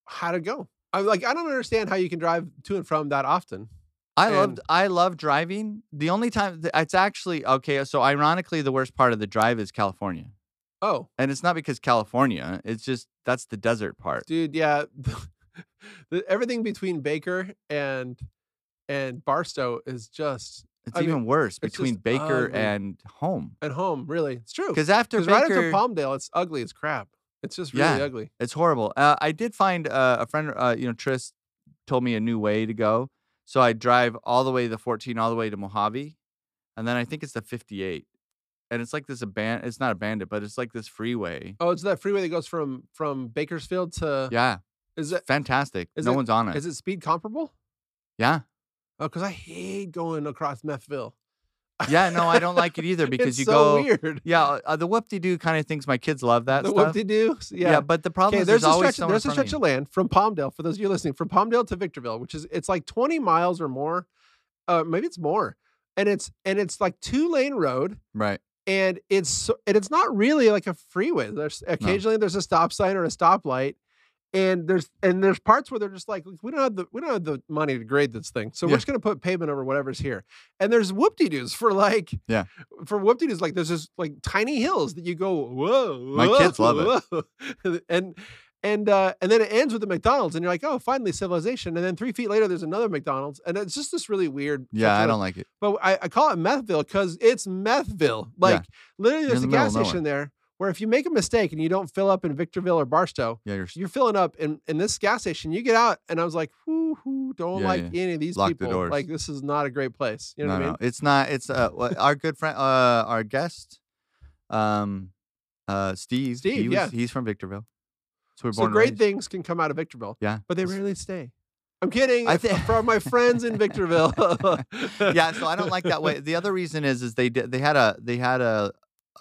S1: how'd it go? I'm like, I don't understand how you can drive to and from that often.
S2: I
S1: And-
S2: loved. I love driving. The only time th- it's actually okay. So ironically, the worst part of the drive is California,
S1: Oh,
S2: and it's not because California. It's just that's the desert part.
S1: dude, yeah. The- Everything between Baker and and Barstow is just
S2: It's
S1: I mean,
S2: even worse
S1: it's just
S2: between Baker
S1: ugly.
S2: and home.
S1: at home, really. It's true.
S2: Because after
S1: Because
S2: Baker,
S1: right after Palmdale, it's ugly as crap. It's just really
S2: Yeah.
S1: ugly.
S2: It's horrible. Uh, I did find uh, a friend, uh, you know, Tris told me a new way to go. So I drive all the way the 14, all the way to Mojave. And then I think it's the 58. And it's like this abandoned, it's not abandoned, but it's like this freeway.
S1: Oh, it's that freeway that goes from from Bakersfield to
S2: yeah.
S1: is it
S2: Fantastic.
S1: Uh, is
S2: no
S1: it-
S2: one's on it.
S1: is it speed comparable?
S2: yeah.
S1: Oh, because I hate going across Methville.
S2: Yeah. No, I don't like it either because
S1: It's
S2: you
S1: so
S2: go.
S1: weird.
S2: Yeah. Uh, the whoop de doo kind of things. My kids love that
S1: the
S2: stuff.
S1: whoop de doo.
S2: yeah.
S1: Yeah.
S2: But the
S1: Okay,
S2: problem is
S1: there's,
S2: there's
S1: a
S2: always
S1: stretch.
S2: someone in
S1: There's a
S2: front of
S1: stretch
S2: you.
S1: of land from Palmdale. For those of you listening, from Palmdale to Victorville, which is it's like 20 miles or more, uh, maybe it's more, and it's and it's like two lane road,
S2: Right.
S1: and it's so- and it's not really like a freeway. There's occasionally there's a stop sign or a stoplight, and there's and there's parts where they're just like we don't have the we don't have the money to grade this thing, so
S2: Yeah.
S1: we're just gonna put pavement over whatever's here. And there's whoop de doos for like
S2: Yeah.
S1: for whoop de doos like there's this like tiny hills that you go whoa.
S2: My kids love
S1: it, and. And uh, and then it ends with the McDonald's, and you're like, oh, finally civilization. And then three feet later, there's another McDonald's, and it's just this really weird.
S2: Yeah. I
S1: cultural-
S2: don't like it.
S1: but I, I call it Methville because it's Methville. Like literally,
S2: You're
S1: there's
S2: in
S1: a
S2: the middle
S1: gas
S2: of nowhere.
S1: station there where if you make a mistake and you don't fill up in Victorville or Barstow,
S2: Yeah. You're s-
S1: you're filling up in, in this gas station. You get out, and I was like, whoo, whoo, don't
S2: Yeah,
S1: like any of these
S2: Lock the
S1: people.
S2: doors.
S1: Like this is not a great place. You know
S2: no,
S1: what I mean?
S2: no, it's not. It's uh, wha- our good friend, uh, our guest, um, uh, Steve.
S1: Steve,
S2: he was,
S1: yeah.
S2: he's from Victorville. So we're
S1: So
S2: born. and
S1: great
S2: raised.
S1: things can come out of Victorville,
S2: Yeah,
S1: but they
S2: it's-
S1: rarely stay. I'm kidding.
S2: I
S1: I think
S2: thi-
S1: for my friends in Victorville.
S2: yeah. So I don't like that way. The other reason is, is they did, they had a they had a,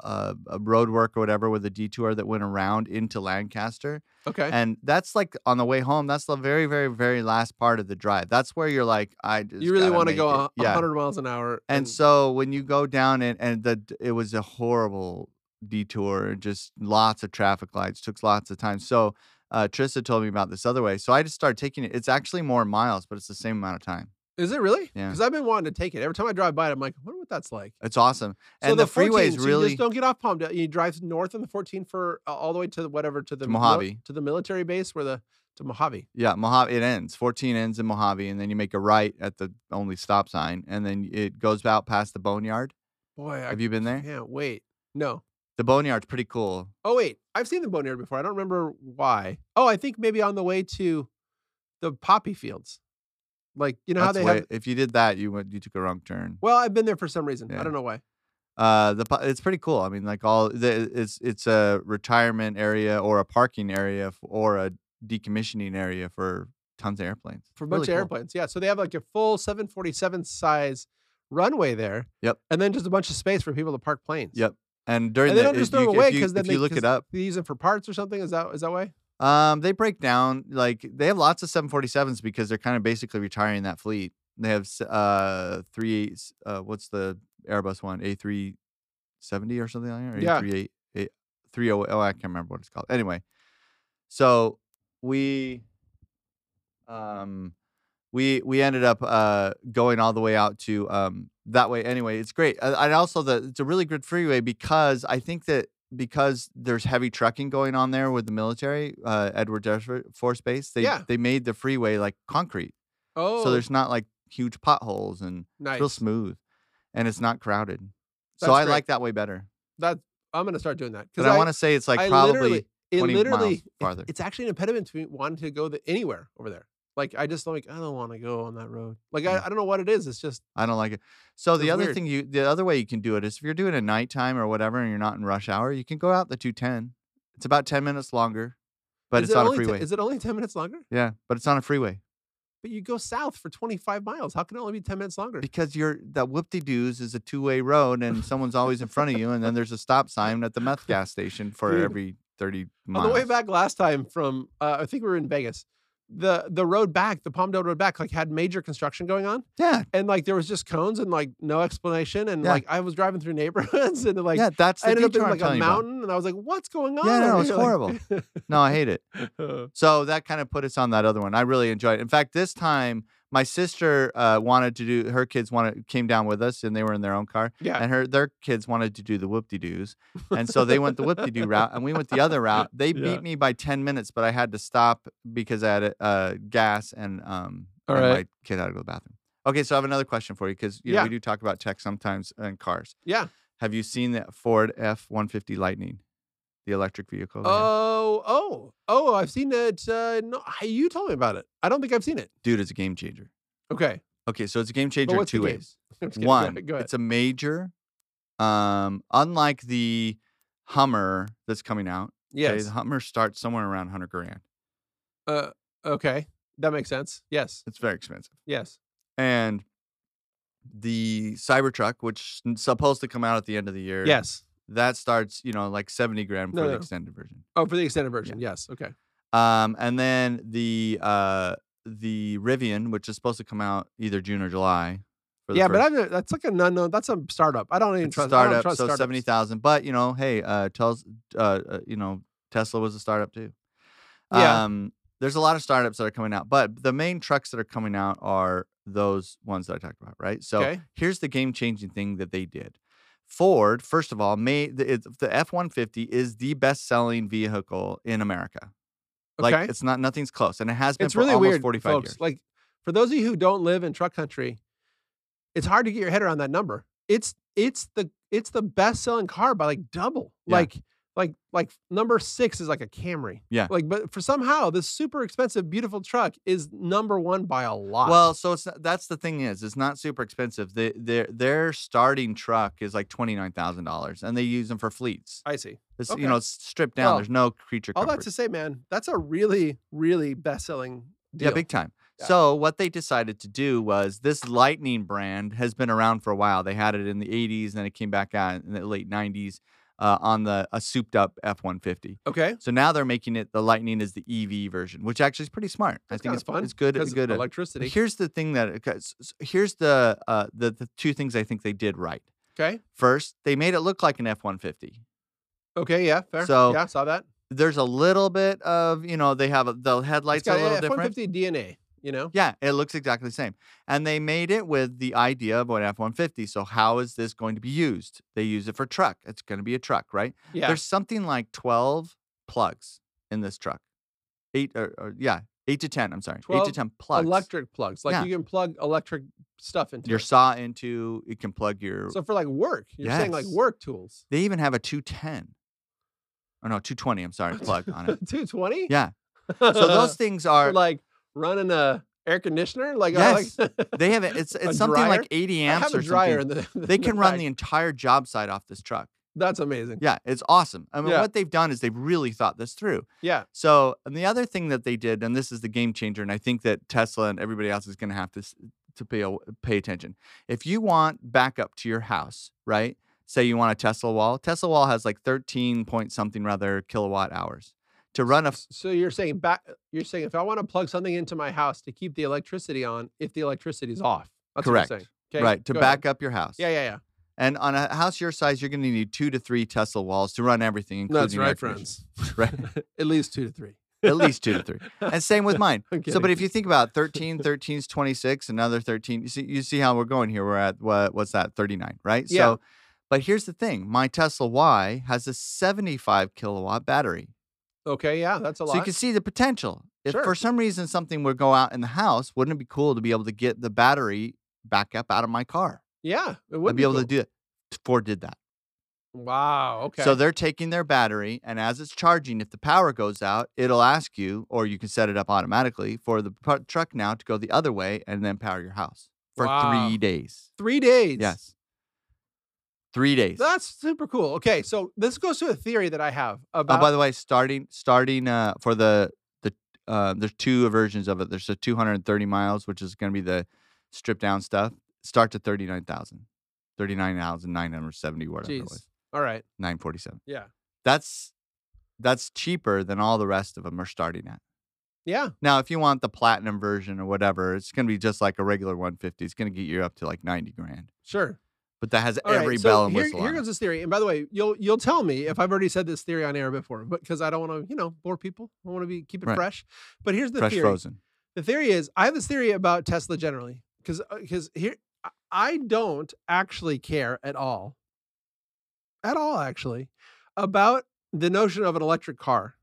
S2: a a road work or whatever with a detour that went around into Lancaster,
S1: Okay.
S2: and that's like on the way home. That's the very very very last part of the drive. That's where you're like, I just
S1: you really
S2: want to
S1: go a
S2: yeah.
S1: 100 miles an hour.
S2: And so when you go down and and the d- it was a horrible detour, just lots of traffic lights, took lots of time. So uh, Trista told me about this other way, so I just started taking it. It's actually more miles, but it's the same amount of time.
S1: is it really?
S2: Yeah.
S1: Because I've been wanting to take it. Every time I drive by it, I'm like, I wonder what that's like.
S2: It's awesome,
S1: So
S2: and the,
S1: 14,
S2: freeway is
S1: so you
S2: really
S1: just don't get off Palmdale. You drive north on the 14 for uh, all the way to the, whatever to the mil-
S2: Mojave.
S1: to the military base where the to Mojave.
S2: yeah. Mojave it ends. Fourteen ends in Mojave, and then you make a right at the only stop sign, and then it goes out past the Boneyard.
S1: Boy, I
S2: Have you been there?
S1: can't wait. No.
S2: The Boneyard's pretty cool.
S1: Oh wait, I've seen the Boneyard before. I don't remember why. Oh, I think maybe on the way to the poppy fields. Like you know how
S2: That's
S1: they
S2: way-
S1: have.
S2: if you did that, you went you took a wrong turn.
S1: Well, I've been there for some reason.
S2: Yeah.
S1: I don't know why.
S2: Uh, the pa- it's pretty cool. I mean, like all the, it's it's a retirement area or a parking area f- or a decommissioning area for tons of airplanes.
S1: for a bunch
S2: It's really
S1: of
S2: cool.
S1: airplanes. Yeah. So they have like a full 747 size runway there.
S2: Yep.
S1: And then just a bunch of space for people to park planes.
S2: Yep. And during
S1: And they
S2: the,
S1: don't just
S2: if
S1: throw
S2: you,
S1: it away
S2: if you-
S1: because then
S2: if
S1: they
S2: you look
S1: 'cause
S2: it up,
S1: They use it for parts or something. Is that is that why?
S2: um, they break down like they have lots of 747s because they're kind of basically retiring that fleet. They have s- uh three uh what's the Airbus one A three seventy or something like that or
S1: Yeah.
S2: A three eight three oh oh I can't remember what it's called. Anyway, so we um we we ended up uh going all the way out to um that way anyway it's great Uh, and also the it's a really good freeway because i think that because there's heavy trucking going on there with the military, uh, Edwards Air Fo- Force Base. They
S1: Yeah.
S2: they made the freeway like concrete,
S1: Oh,
S2: so there's not like huge potholes and
S1: nice.
S2: it's real smooth, and it's not crowded. so
S1: That's
S2: I
S1: great.
S2: like that way better.
S1: That I'm gonna start doing that
S2: But I, want to say it's like
S1: I
S2: probably
S1: literally- it
S2: 20 miles
S1: literally it-
S2: farther.
S1: it's actually an impediment to me wanting to go the, anywhere over there. Like I just like I don't want to go on that road. Like I,
S2: Yeah.
S1: I don't know what it is. It's just
S2: I don't like it. So the
S1: It's
S2: other
S1: weird.
S2: thing you the other way you can do it is if you're doing it at nighttime or whatever and you're not in rush hour, you can go out the 210. It's about 10 minutes longer, but
S1: is
S2: it's
S1: it
S2: on a
S1: only te-
S2: freeway.
S1: is it only ten minutes longer?
S2: yeah, but it's on a freeway
S1: But you go south for 25 miles. How can it only be 10 minutes longer?
S2: because you're that whoop de doos is a two-way road and someone's always in front of you and then there's a stop sign at the meth gas station for
S1: Dude.
S2: every 30 miles.
S1: On the way back last time from uh, I think we were in Vegas. The the road back, the Palmdale road back, like had major construction going on,
S2: Yeah.
S1: and like there was just cones and like no explanation, and
S2: Yeah.
S1: like I was driving through neighborhoods and like
S2: yeah, that's
S1: I
S2: the
S1: ended up in
S2: detour I'm
S1: like a
S2: telling you about.
S1: mountain, and I was like, what's going on?
S2: Yeah, no,
S1: over
S2: it's
S1: here?"
S2: No, I hate it.
S1: Like,
S2: So that kind of put us on that other one. I really enjoyed it. In fact, this time my sister uh, wanted to do her kids wanted came down with us and they were in their own car
S1: yeah,
S2: and her their kids wanted to do the whoop de doos and so they went the whoop de doo route and we went the other route. They
S1: Yeah.
S2: beat me by ten minutes, but I had to stop because I had uh, gas and um
S1: All
S2: and
S1: right.
S2: my kid had to go to the bathroom. Okay, so I have another question for you because you know,
S1: Yeah.
S2: we do talk about tech sometimes and cars.
S1: yeah.
S2: Have you seen the Ford F one fifty Lightning, the electric vehicle? they have?
S1: Oh, oh, oh! I've seen it. Uh, no, I- you told me about it. I don't think I've seen it.
S2: Dude, it's a game changer.
S1: Okay,
S2: Okay, so it's a game changer
S1: but
S2: in
S1: what's
S2: two
S1: the game?
S2: ways.
S1: I'm just kidding. Go
S2: One,
S1: ahead- go ahead.
S2: it's a major. Um, unlike the Hummer that's coming out, okay,
S1: yes.
S2: the Hummer starts somewhere around 100 grand.
S1: Uh, okay, that makes sense. Yes,
S2: It's very expensive.
S1: yes.
S2: And the Cybertruck, which is supposed to come out at the end of the year,
S1: Yes.
S2: that starts, you know, like 70 grand for
S1: No,
S2: the
S1: no.
S2: extended version.
S1: Oh, for the extended version. Yes. Okay.
S2: Um, and then the uh the Rivian, which is supposed to come out either June or July. For the
S1: Yeah, but
S2: first-
S1: I've, never- that's like an unknown. That's a startup. I don't even
S2: It's a
S1: trust. I don't
S2: startup,
S1: trust
S2: so
S1: startups.
S2: seventy thousand. But you know, hey, uh, tells, uh, uh, you know, Tesla was a startup too.
S1: Yeah.
S2: Um, there's a lot of startups that are coming out, but the main trucks that are coming out are those ones that I talked about, right? So
S1: Okay.
S2: here's the game changing thing that they did. Ford, first of all, made the, it- the F one fifty is the best selling vehicle in America. Like
S1: okay.
S2: it's not nothing's close, and it has been
S1: It's
S2: for
S1: really
S2: almost
S1: weird,
S2: forty five
S1: folks.
S2: years.
S1: Like for those of you who don't live in truck country, it's hard to get your head around that number. It's it's the it's the best selling car by like double.
S2: Yeah.
S1: Like like like number six is like a Camry.
S2: Yeah.
S1: Like but for somehow this super expensive beautiful truck is number one by a lot.
S2: Well, so it's not, that's the thing is it's not super expensive. The, their their starting truck is like twenty nine thousand dollars, and they use them for fleets.
S1: I see.
S2: It's,
S1: Okay.
S2: You know, it's stripped down.
S1: Well,
S2: There's no creature.
S1: All that
S2: comforts.
S1: to say, man, that's a really really best selling deal.
S2: yeah, big time.
S1: Yeah.
S2: So what they decided to do was this Lightning brand has been around for a while. They had it in the '80s, and then it came back out in the late '90s uh, on the a souped up F-150.
S1: Okay.
S2: So now they're making it the Lightning is the EV version, which actually is pretty smart.
S1: That's
S2: I think
S1: kinda
S2: it's
S1: fun
S2: It's good.
S1: Because
S2: Good. uh,
S1: electricity.
S2: Here's the thing that okay, s- s- here's the uh, the the two things I think they did right.
S1: Okay.
S2: First, they made it look like an F one fifty.
S1: Okay. Yeah. Fair.
S2: So,
S1: yeah, I saw that.
S2: There's a little bit of you know they have a, the headlights are a little different.
S1: 150 DNA. You know.
S2: Yeah, it looks exactly the same, and they made it with the idea of an F one fifty. So how is this going to be used? They use it for truck. It's going to be a truck, right?
S1: Yeah.
S2: There's something like twelve plugs in this truck. Eight or, or yeah, eight to ten. I'm sorry, eight
S1: 12
S2: to ten plugs.
S1: electric plugs. Like
S2: Yeah.
S1: you can plug electric stuff into
S2: your
S1: it.
S2: saw into it can plug your
S1: So for like work, you're saying like
S2: Yes.
S1: work tools.
S2: They even have a 210. Or no, 220, I'm sorry, plug on it.
S1: 220?
S2: Yeah. So those things are
S1: for like running a air conditioner. Like, I like-
S2: they have it. It's it's something
S1: dryer?
S2: like 80
S1: I
S2: amps
S1: have a
S2: or
S1: dryer
S2: something.
S1: in the,
S2: They
S1: in
S2: can run
S1: back.
S2: the entire job site off this truck.
S1: That's amazing.
S2: Yeah, it's awesome. I mean,
S1: Yeah.
S2: what they've done is they've really thought this through.
S1: Yeah.
S2: So, and the other thing that they did, and this is the game changer, and I think that Tesla and everybody else is going to have to s- to pay a- pay attention. If you want backup to your house, right? Say you want a Tesla wall. Tesla wall has like 13 point something rather kilowatt hours to run a f-
S1: So you're saying back you're saying if I want to plug something into my house to keep the electricity on, if the electricity's off. That's
S2: Correct.
S1: what you're saying. Okay.
S2: right to
S1: go
S2: back
S1: ahead.
S2: up your house.
S1: Yeah, yeah, yeah.
S2: And on a house your size, you're going to need two to three Tesla walls to run everything, including
S1: That's
S2: your air
S1: right,
S2: conditioning.
S1: friends.
S2: Right.
S1: At least two to three.
S2: At least two to three. And same with mine.
S1: I'm
S2: So, but
S1: kidding.
S2: if you think about 13, 13 's 26, another 13, you see, you see how we're going here. We're at what, what's that, 39, right?
S1: Yeah.
S2: So, But here's the thing my Tesla Y has a 75 kilowatt battery.
S1: Okay, yeah, that's a lot.
S2: So you can see the potential. If
S1: Sure.
S2: for some reason something would go out in the house, wouldn't it be cool to be able to get the battery back up out of my car?
S1: yeah, it
S2: I'd
S1: would
S2: be able to do it. Ford did that.
S1: Wow. Okay.
S2: So they're taking their battery, and as it's charging, if the power goes out, it'll ask you, or you can set it up automatically for the pu- truck now to go the other way and then power your house for
S1: Wow.
S2: three days.
S1: three days.
S2: Yes. Three days.
S1: That's super cool. Okay, so this goes to a theory that I have
S2: Oh,
S1: about.
S2: by the way, starting starting uh, for the the uh, there's two versions of it. There's the 230 miles, which is going to be the stripped down stuff. Start to 39,000, 39,970 whatever it
S1: Jeez.
S2: was,
S1: All right.
S2: 947.
S1: Yeah.
S2: That's that's cheaper than all the rest of them are starting at.
S1: Yeah.
S2: Now, if you want the platinum version or whatever, it's going to be just like a regular 150. It's going to get you up to like 90 grand,
S1: Sure.
S2: but that has
S1: All right,
S2: every
S1: so
S2: bell and
S1: here,
S2: whistle.
S1: Here
S2: on it.
S1: goes this theory. And by the way, you'll you'll tell me if I've already said this theory on air before, but because I don't want to, you know, bore people. I want to be keep it
S2: Right.
S1: fresh. But here's the
S2: Fresh
S1: theory.
S2: frozen.
S1: The theory is I have this theory about Tesla generally because because here I- I don't actually care at all, at all actually, about the notion of an electric car,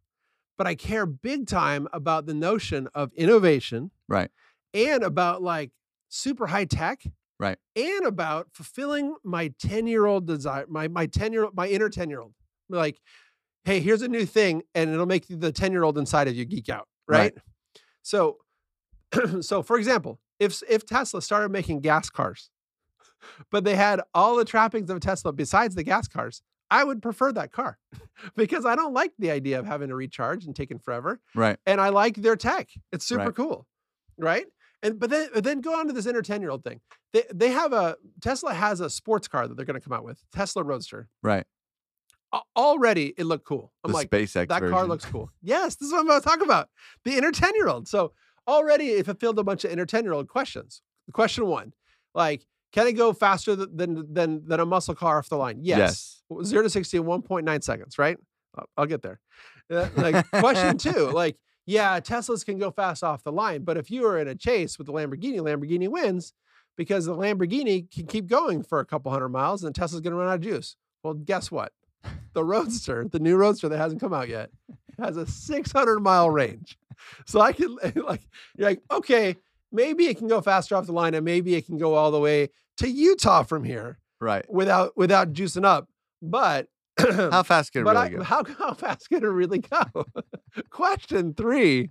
S1: but I care big time about the notion of innovation,
S2: Right.
S1: and about like super high tech,
S2: Right.
S1: and about fulfilling my ten year old desire, my my ten year my inner ten year old, like, hey, here's a new thing, and it'll make the ten year old inside of you geek out,
S2: Right.
S1: right? So, so for example, if s- if Tesla started making gas cars, but they had all the trappings of Tesla besides the gas cars, I would prefer that car because I don't like the idea of having to recharge and taking forever,
S2: Right.
S1: and I like their tech. It's super
S2: Right.
S1: cool, right? And but then but then go on to this inner ten year old thing. They they have a Tesla has a sports car that they're going to come out with Tesla Roadster.
S2: Right.
S1: Al- Already it looked cool. I'm
S2: the
S1: like,
S2: SpaceX
S1: that
S2: version.
S1: car looks cool. Yes, this is what I'm about to talk about. The inner 10 year old. So already it fulfilled a bunch of inner 10 year old questions. Question one, like, can it go faster th- than than than a muscle car off the line? Yes. W- Zero to 60 in 1.9 seconds, right? I'll, I'll get there. Uh, like, question two, like, yeah, Teslas can go fast off the line, but if you are in a chase with the Lamborghini, Lamborghini wins because the Lamborghini can keep going for a couple hundred miles and Tesla's going to run out of juice. Well, guess what? The Roadster, the new Roadster that hasn't come out yet, has a 600 mile range. So I can like you're like okay, maybe it can go faster off the line and maybe it can go all the way to Utah from here
S2: Right.
S1: without without juicing up. But
S2: How fast can it
S1: Um, but
S2: really
S1: I,
S2: go?
S1: how how fast can it really go? Question three.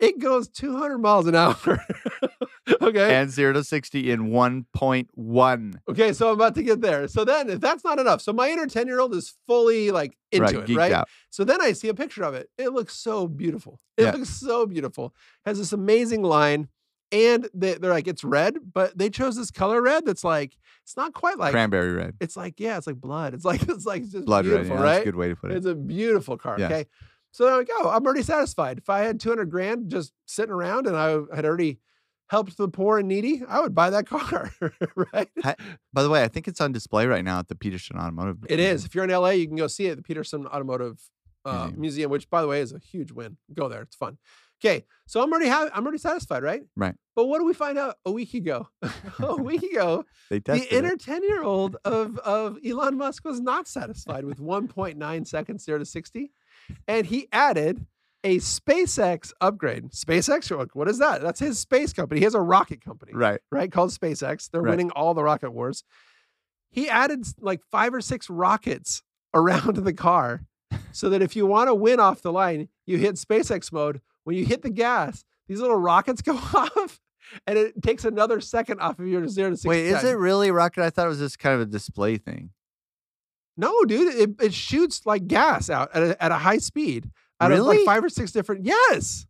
S1: It goes 200 miles an hour. okay.
S2: And zero to sixty in one point one.
S1: Okay, so I'm about to get there. So then, if that's not enough, so my inner 10 year old is fully like into
S2: right,
S1: it,
S2: geeked
S1: right?
S2: out.
S1: So then I see a picture of it. It looks so beautiful. It
S2: Yeah.
S1: looks so beautiful. Has this amazing line, and they, they're like, it's red, but they chose this color red that's like, it's not quite like,
S2: Cranberry red,
S1: it's like, yeah, it's like blood. It's like, it's like just
S2: blood red.
S1: beautiful,
S2: Yeah, That's a
S1: right?
S2: good way to put it.
S1: It's a beautiful car.
S2: Yes.
S1: Okay. So there we go. I'm already satisfied. If I had 200 grand just sitting around and I had already helped the poor and needy, I would buy that car, right?
S2: Ha- By the way, I think it's on display right now at the Peterson Automotive.
S1: It
S2: Museum.
S1: is. If you're in LA, you can go see it at the Peterson Automotive uh,
S2: Mm-hmm. Museum.
S1: museum. which, by the way, is a huge win. Go there; it's fun. Okay, so I'm already ha- I'm already satisfied, right?
S2: Right.
S1: But what do we find out a week ago? a week ago,
S2: They
S1: the
S2: tested
S1: inner
S2: it.
S1: ten year old of of Elon Musk was not satisfied with 1.9 seconds zero to sixty, and he added a SpaceX upgrade. SpaceX, look, what is that? That's his space company. He has a rocket company
S2: Right.
S1: right? Called SpaceX. They're
S2: Right.
S1: winning all the rocket wars. He added s- like five or six rockets around the car so that if you want to win off the line, you hit SpaceX mode. When you hit the gas, these little rockets go off and it takes another second off of your zero to 60.
S2: Wait, is it really rocket? I thought it was just kind of a display thing.
S1: No, dude, it, it shoots like gas out at a, at a high speed. Out of like
S2: Really?
S1: five or six different. Yes.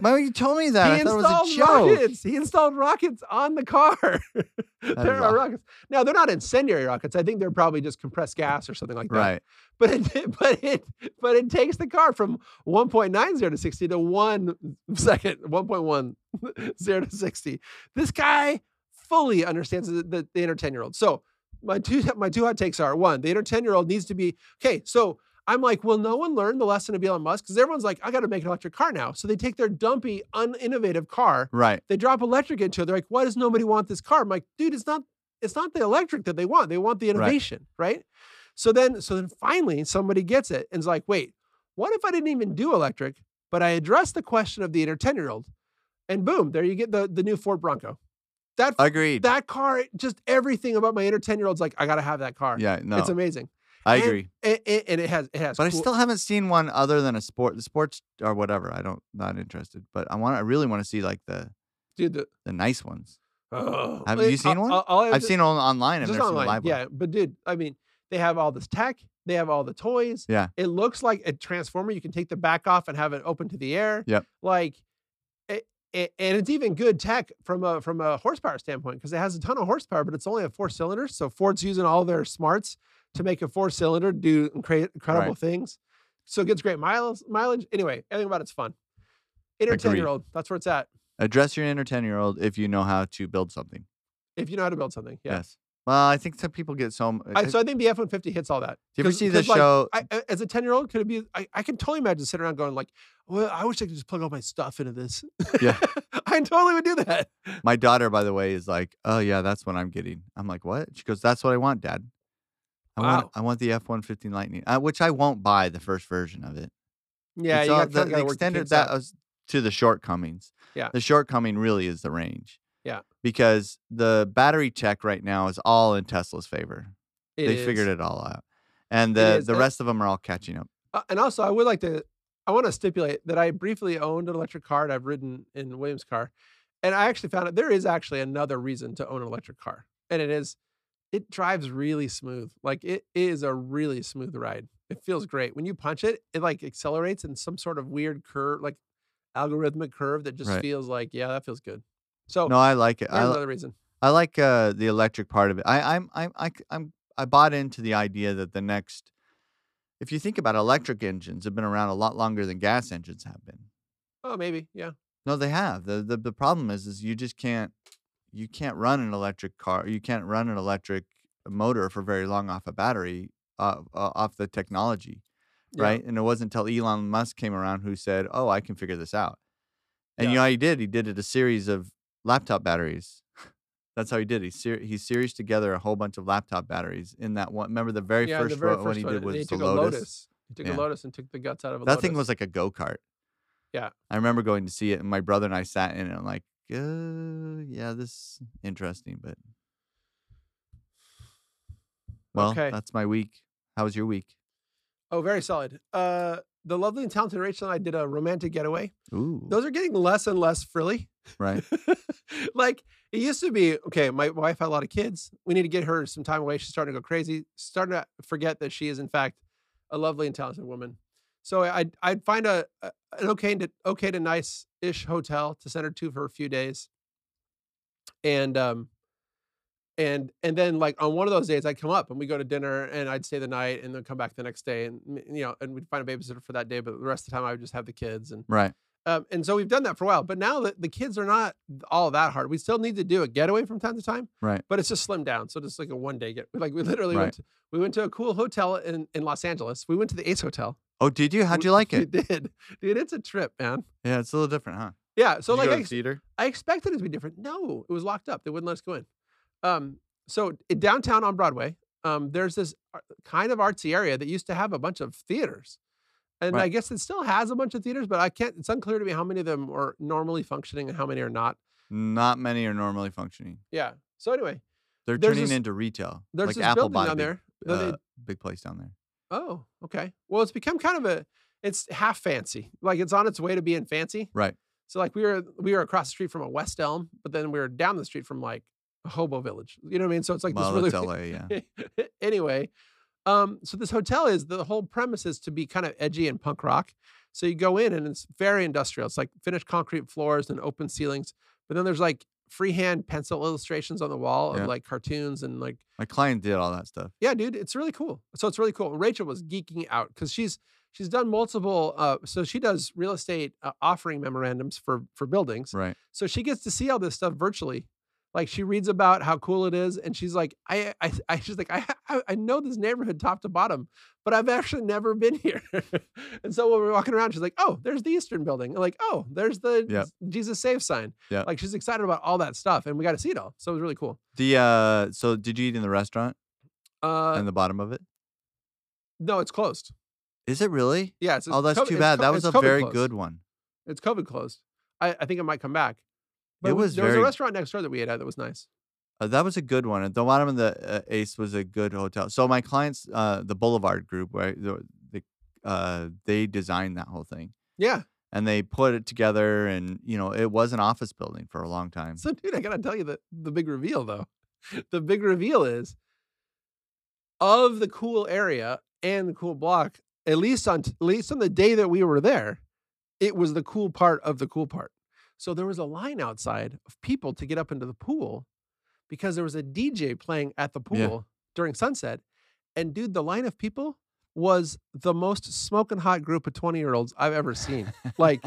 S2: Mom, you told me that.
S1: he
S2: I thought it
S1: installed
S2: was a joke.
S1: rockets. He installed rockets on the car. there
S2: is
S1: are
S2: aw-
S1: rockets. Now they're not incendiary rockets. I think they're probably just compressed gas or something like that.
S2: Right.
S1: But it but it but it takes the car from 1.90 to 60 to one second, 1.10 to 60. This guy fully understands the, the, the inner 10 year old. So my two my two hot takes are one, the inner 10 year old needs to be okay, so I'm like, will no one learn the lesson of Elon Musk? Because everyone's like, I got to make an electric car now. So they take their dumpy, uninnovative car
S2: Right.
S1: they drop electric into it. They're like, why does nobody want this car? I'm like, dude, it's not it's not the electric that they want. They want the innovation, right? So then, so then finally somebody gets it and is like, wait, what if I didn't even do electric, but I addressed the question of the inner 10 year old? And boom, there you get the, the new Ford Bronco. That
S2: Agreed.
S1: that car, just everything about my inner 10 year old's like, I gotta have that car.
S2: yeah, no,
S1: It's amazing.
S2: I
S1: and-
S2: agree.
S1: And, and- and it has it has
S2: But I
S1: cool-
S2: still haven't seen one other than a sport, the sports or whatever. I don't, not interested. But I want, I really want to see like the
S1: dude the
S2: the nice ones.
S1: oh,
S2: Have
S1: it-
S2: you seen
S1: all-
S2: one?
S1: all- all I
S2: I've
S1: did-
S2: seen on online and
S1: just
S2: there's some
S1: online.
S2: live ones.
S1: Yeah, but dude, I mean, they have all this tech. They have all the toys.
S2: Yeah.
S1: it looks like a transformer. You can take the back off and have it open to the air.
S2: Yep.
S1: like, it, it, and it's even good tech from a from a horsepower standpoint because it has a ton of horsepower, but it's only a four cylinder. So Ford's using all their smarts to make a four cylinder do incre- incredible
S2: Right.
S1: things. So it gets great miles mileage. Anyway, everything about it's fun. Eight or ten
S2: Agreed.
S1: year old, that's where it's at.
S2: Address your inner ten year old if you know how to build something.
S1: If you know how to build something, yeah.
S2: Yes. Well, I think some people get so. m- uh,
S1: I, so I think the F one fifty hits all that.
S2: do you ever
S1: 'cause-
S2: see the
S1: 'cause, like,
S2: show?
S1: I, I- as a 10 year old, could it be? I, I can totally imagine sitting around going, like, well, I wish I could just plug all my stuff into this.
S2: Yeah.
S1: I totally would do that.
S2: my daughter, by the way, is like, "Oh yeah, that's what I'm getting." I'm like, "What?" She goes, "That's what I want, Dad. I want,
S1: Wow.
S2: I want the F-150 Lightning, uh, which I won't buy the first version of it.
S1: Yeah,
S2: It's
S1: you
S2: all-
S1: got
S2: the, the extended that uh, was to the shortcomings.
S1: Yeah.
S2: The shortcoming really is the range.
S1: Yeah.
S2: Because the battery tech right now is all in Tesla's favor. they figured it all out. And
S1: It
S2: the,
S1: is,
S2: the
S1: uh,
S2: rest of them are all catching up.
S1: Uh, and also, I would like to, I want to stipulate that I briefly owned an electric car and I've ridden in Williams' car. And I actually found out there is actually another reason to own an electric car. And it is, it drives really smooth. Like it is a really smooth ride. It feels great. When you punch it, it like accelerates in some sort of weird curve, like algorithmic curve that just
S2: Right.
S1: feels like, yeah, that feels good. So
S2: No, I like it.
S1: there's
S2: I, li-
S1: another reason.
S2: I like uh, the electric part of it. I, I'm, I'm, I, c- I'm, I bought into the idea that the next, if you think about it, electric engines have been around a lot longer than gas engines have been.
S1: Oh, maybe. Yeah.
S2: No, they have. The, the the problem is is you just can't you can't run an electric car. You can't run an electric motor for very long off a battery uh, uh, off the technology,
S1: Yeah.
S2: right? And it wasn't until Elon Musk came around who said, "Oh, I can figure this out." And
S1: Yeah.
S2: you know how he did? He did it a series of laptop batteries. That's how he did. He ser- he series together a whole bunch of laptop batteries in that one. Remember the very
S1: yeah,
S2: first
S1: the very
S2: one
S1: first
S2: he
S1: one.
S2: did
S1: and
S2: was
S1: he
S2: the
S1: took a
S2: Lotus.
S1: Lotus. He took a
S2: Yeah.
S1: Lotus and took the guts out of a
S2: That
S1: Lotus.
S2: thing was like a go kart.
S1: Yeah.
S2: I remember going to see it, and my brother and I sat in it. And I'm like, uh, yeah, this is interesting, but well,
S1: Okay.
S2: that's my week. How was your week?
S1: Oh, very solid. Uh, the lovely and talented Rachel and I did a romantic getaway.
S2: Ooh,
S1: Those are getting less and less frilly.
S2: right.
S1: like it used to be, okay, my wife had a lot of kids. We need to get her some time away. She's starting to go crazy, starting to forget that she is, in fact, a lovely and talented woman. So I, I'd- I'd find a, a an okay to okay to nice ish hotel to send her to for a few days, and um, and and then like on one of those days I'd come up and we go to dinner and I'd stay the night and then come back the next day and m- you know and we'd find a babysitter for that day, but the rest of the time I would just have the kids and
S2: Right.
S1: um, and so we've done that for a while, but now that the kids are not all that hard, we still need to do a getaway from time to time,
S2: Right.
S1: but it's just slimmed down. So just like a one day get, like we literally
S2: Right.
S1: went, to, we went to a cool hotel in, in Los Angeles. We went to the Ace Hotel.
S2: Oh, did you? How'd
S1: We-
S2: you like
S1: We
S2: it?
S1: did, dude. It's a trip, man.
S2: Yeah, it's a little different, huh?
S1: Yeah. So
S2: Did you
S1: like,
S2: go
S1: I,
S2: to
S1: ex-
S2: theater.
S1: I expected it to be different. No, it was locked up. They wouldn't let us go in. Um, so i- downtown on Broadway, um, there's this ar- kind of artsy area that used to have a bunch of theaters, and
S2: Right.
S1: I guess it still has a bunch of theaters, but I can't. It's unclear to me how many of them are normally functioning and how many are not.
S2: Not many are normally functioning.
S1: Yeah. So anyway,
S2: They're
S1: There's
S2: turning
S1: this-
S2: into retail.
S1: there's
S2: like
S1: this
S2: Apple
S1: building
S2: bought a
S1: down
S2: big,
S1: there. that they-
S2: uh, big place down there.
S1: oh, okay. Well, it's become kind of a. It's half fancy. Like it's on its way to being fancy.
S2: Right.
S1: So like we were we were across the street from a West Elm, but then we were down the street from like a Hobo Village. You know what I mean? So it's like
S2: well,
S1: this
S2: it's
S1: really
S2: LA. Yeah.
S1: anyway, um, so this hotel is the whole premise is to be kind of edgy and punk rock. So you go in and it's very industrial. It's like finished concrete floors and open ceilings. But then there's like freehand pencil illustrations on the wall
S2: Yeah.
S1: of like cartoons and like
S2: My client did all that stuff.
S1: yeah, dude, it's really cool. So it's really cool. Rachel was geeking out because she's she's done multiple. Uh, so she does real estate uh, offering memorandums for for buildings.
S2: Right.
S1: So she gets to see all this stuff virtually. Like she reads about how cool it is, and she's like, I, I, I she's like, I, I, I know this neighborhood top to bottom, but I've actually never been here. and so when we're walking around, she's like, Oh, there's the Eastern Building. And like, oh, there's the
S2: Yep.
S1: Jesus Save sign.
S2: Yeah.
S1: Like she's excited about all that stuff, and we got to see it all. So it was really cool.
S2: The uh, so did you eat in the restaurant
S1: Uh,
S2: and the bottom of it?
S1: no, it's closed.
S2: Is it really?
S1: Yeah, it's, it's
S2: Oh, that's
S1: COVID-
S2: too
S1: it's
S2: bad.
S1: co-
S2: That was
S1: it's
S2: a
S1: COVID
S2: very
S1: closed.
S2: good one.
S1: It's COVID closed. I, I think it might come back. But
S2: It
S1: we-
S2: was
S1: there was
S2: very-
S1: a restaurant next door that we ate at that was nice.
S2: Uh, that was a good one. At the bottom of the uh, Ace was a good hotel. So my clients, uh, the Boulevard Group, right? The, the, uh, they designed that whole thing
S1: Yeah.
S2: and they put it together, and you know, it was an office building for a long time.
S1: So, dude, I gotta tell you the the big reveal though. The big reveal is of the cool area and the cool block. At least on t- at least on the day that we were there, it was the cool part of the cool part. So there was a line outside of people to get up into the pool because there was a DJ playing at the pool
S2: Yeah.
S1: during sunset. And dude, the line of people was the most smoking hot group of 20 year olds I've ever seen. Like,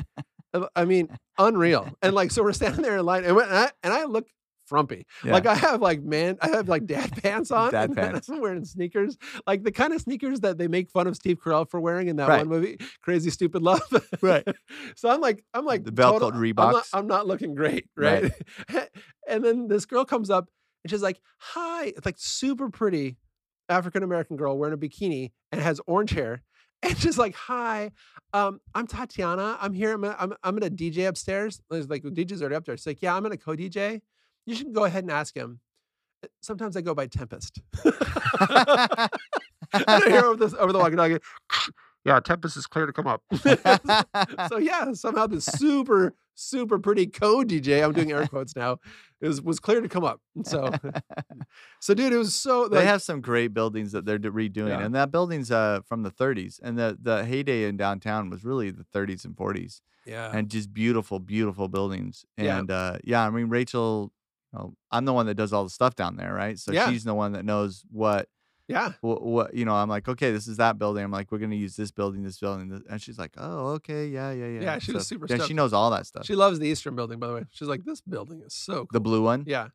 S1: uh, I mean, unreal. And like, so we're standing there in line, and, when- and, I, and I look frumpy.
S2: Yeah.
S1: Like, I have like man, I have like dad pants on.
S2: Dad
S1: and then
S2: pants.
S1: I'm wearing sneakers, like the kind of sneakers that they make fun of Steve Carell for wearing in that
S2: Right.
S1: one movie, Crazy Stupid Love.
S2: Right.
S1: so I'm like, I'm like
S2: The belt
S1: total-
S2: called
S1: I'm not,
S2: Reeboks.
S1: I'm not looking great, right?
S2: Right.
S1: and then this girl comes up and she's like, "Hi!" It's like super pretty African American girl wearing a bikini and has orange hair, and she's like, "Hi, um, I'm Tatiana. I'm here. I'm gonna, I'm, I'm gonna DJ upstairs." And It's like the DJ's already up there. She's like, "Yeah, I'm gonna co-DJ. You should go ahead and ask him." "Uh, Sometimes I go by Tempest. and I hear over the over the walkie-talkie. Yeah, Tempest is clear to come up. so yeah, somehow this super super pretty co DJ, I'm doing air quotes now, is was clear to come up. And So so dude, it was so
S2: they
S1: like,
S2: have some great buildings that they're d- redoing,
S1: Yeah.
S2: and that building's uh from the 30s, and the the heyday in downtown was really the 30s and 40s.
S1: yeah.
S2: and just beautiful, beautiful buildings.
S1: Yeah.
S2: And uh, yeah, I mean Rachel, you know, I'm the one that does all the stuff down there, right? So
S1: Yeah.
S2: she's the one that knows what
S1: yeah.
S2: what, what you know. I'm like, okay, this is that building. I'm like, we're gonna use this building, this building, this. and she's like, oh, okay, yeah, yeah, yeah.
S1: Yeah, she was
S2: So-
S1: super
S2: Yeah, she
S1: stoked.
S2: knows all that stuff.
S1: She loves the Eastern building, by the way. She's like, this building is so cool.
S2: the blue one.
S1: Yeah.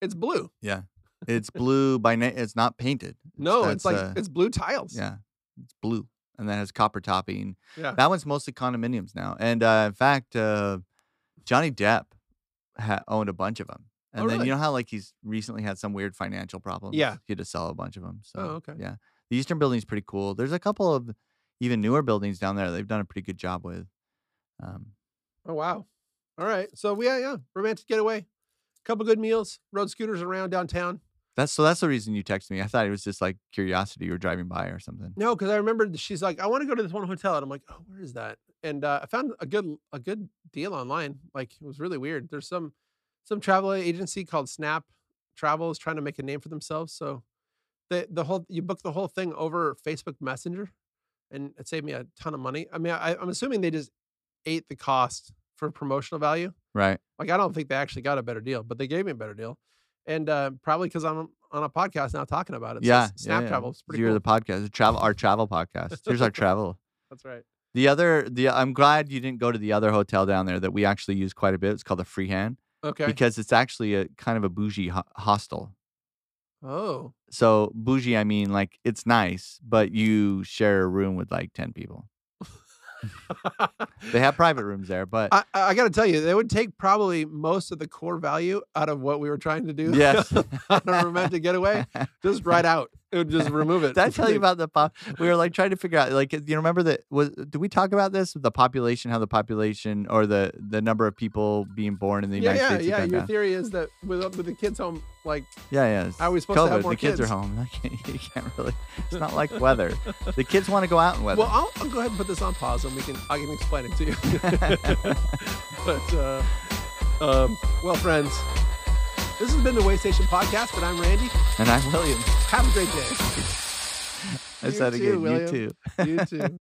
S1: It's blue.
S2: It's blue by na- It's not painted.
S1: No, it's
S2: that's,
S1: like
S2: uh,
S1: it's blue tiles.
S2: Yeah, it's blue, and that has copper topping.
S1: Yeah.
S2: that one's mostly condominiums now. And uh, in fact, uh, Johnny Depp ha- owned a bunch of them. And
S1: Oh,
S2: then
S1: really?
S2: you know how like he's recently had some weird financial problems. he had to sell a bunch of them. So
S1: Oh, okay.
S2: yeah, the Eastern Building's pretty cool. There's a couple of even newer buildings down there. They've done a pretty good job with. Um,
S1: Oh wow. All right. So we yeah, yeah. Romantic getaway. Couple good meals, rode scooters around downtown.
S2: that's so that's the reason you texted me. I thought it was just like curiosity. You were driving by or something.
S1: No, because I remember th- she's like, I want to go to this one hotel, and I'm like, oh, where is that? And uh, I found a good a good deal online. Like it was really weird. There's some some travel agency called Snap Travel is trying to make a name for themselves. So the the whole you book the whole thing over Facebook Messenger, and it saved me a ton of money. I mean, I, I'm assuming they just ate the cost for promotional value.
S2: Right.
S1: Like I don't think they actually got a better deal, but they gave me a better deal, and uh, probably because I'm on a podcast now talking about it. so
S2: yeah.
S1: S- Snap
S2: yeah.
S1: Travel is pretty
S2: You're
S1: cool.
S2: the podcast. the travel. Our travel podcast. Here's our travel.
S1: That's right.
S2: The other, the I'm glad you didn't go to the other hotel down there that we actually use quite a bit. It's called the Freehand
S1: Okay.
S2: because it's actually a kind of a bougie ho- hostel.
S1: Oh,
S2: So bougie, I mean like it's nice, but you share a room with like ten people. They have private rooms there, but
S1: I, I got to tell you, they would take probably most of the core value out of what we were trying to do.
S2: yes,
S1: on a romantic getaway, just right out. It would just remove it.
S2: Did I tell you about the pop? We were like trying to figure out, like, you remember that? Was did we talk about this? The population, how the population or the the number of people being born in the
S1: Yeah,
S2: United
S1: yeah,
S2: States? had
S1: yeah.
S2: gone
S1: Your
S2: down.
S1: theory is that with, uh, with the kids home, like,
S2: Yeah, yeah. it's
S1: how are we supposed to have
S2: COVID.
S1: more
S2: The kids are home. Like, you can't really. It's not like weather. The kids want to go out and weather.
S1: Well, I'll, I'll go ahead and put this on pause, and we can I can explain it to you. but uh, um, well, friends, this has been the Waystation podcast, and I'm Randy.
S2: and I'm William.
S1: Have a great day.
S2: I
S1: You
S2: said
S1: too,
S2: again.
S1: William.
S2: You too.
S1: You too.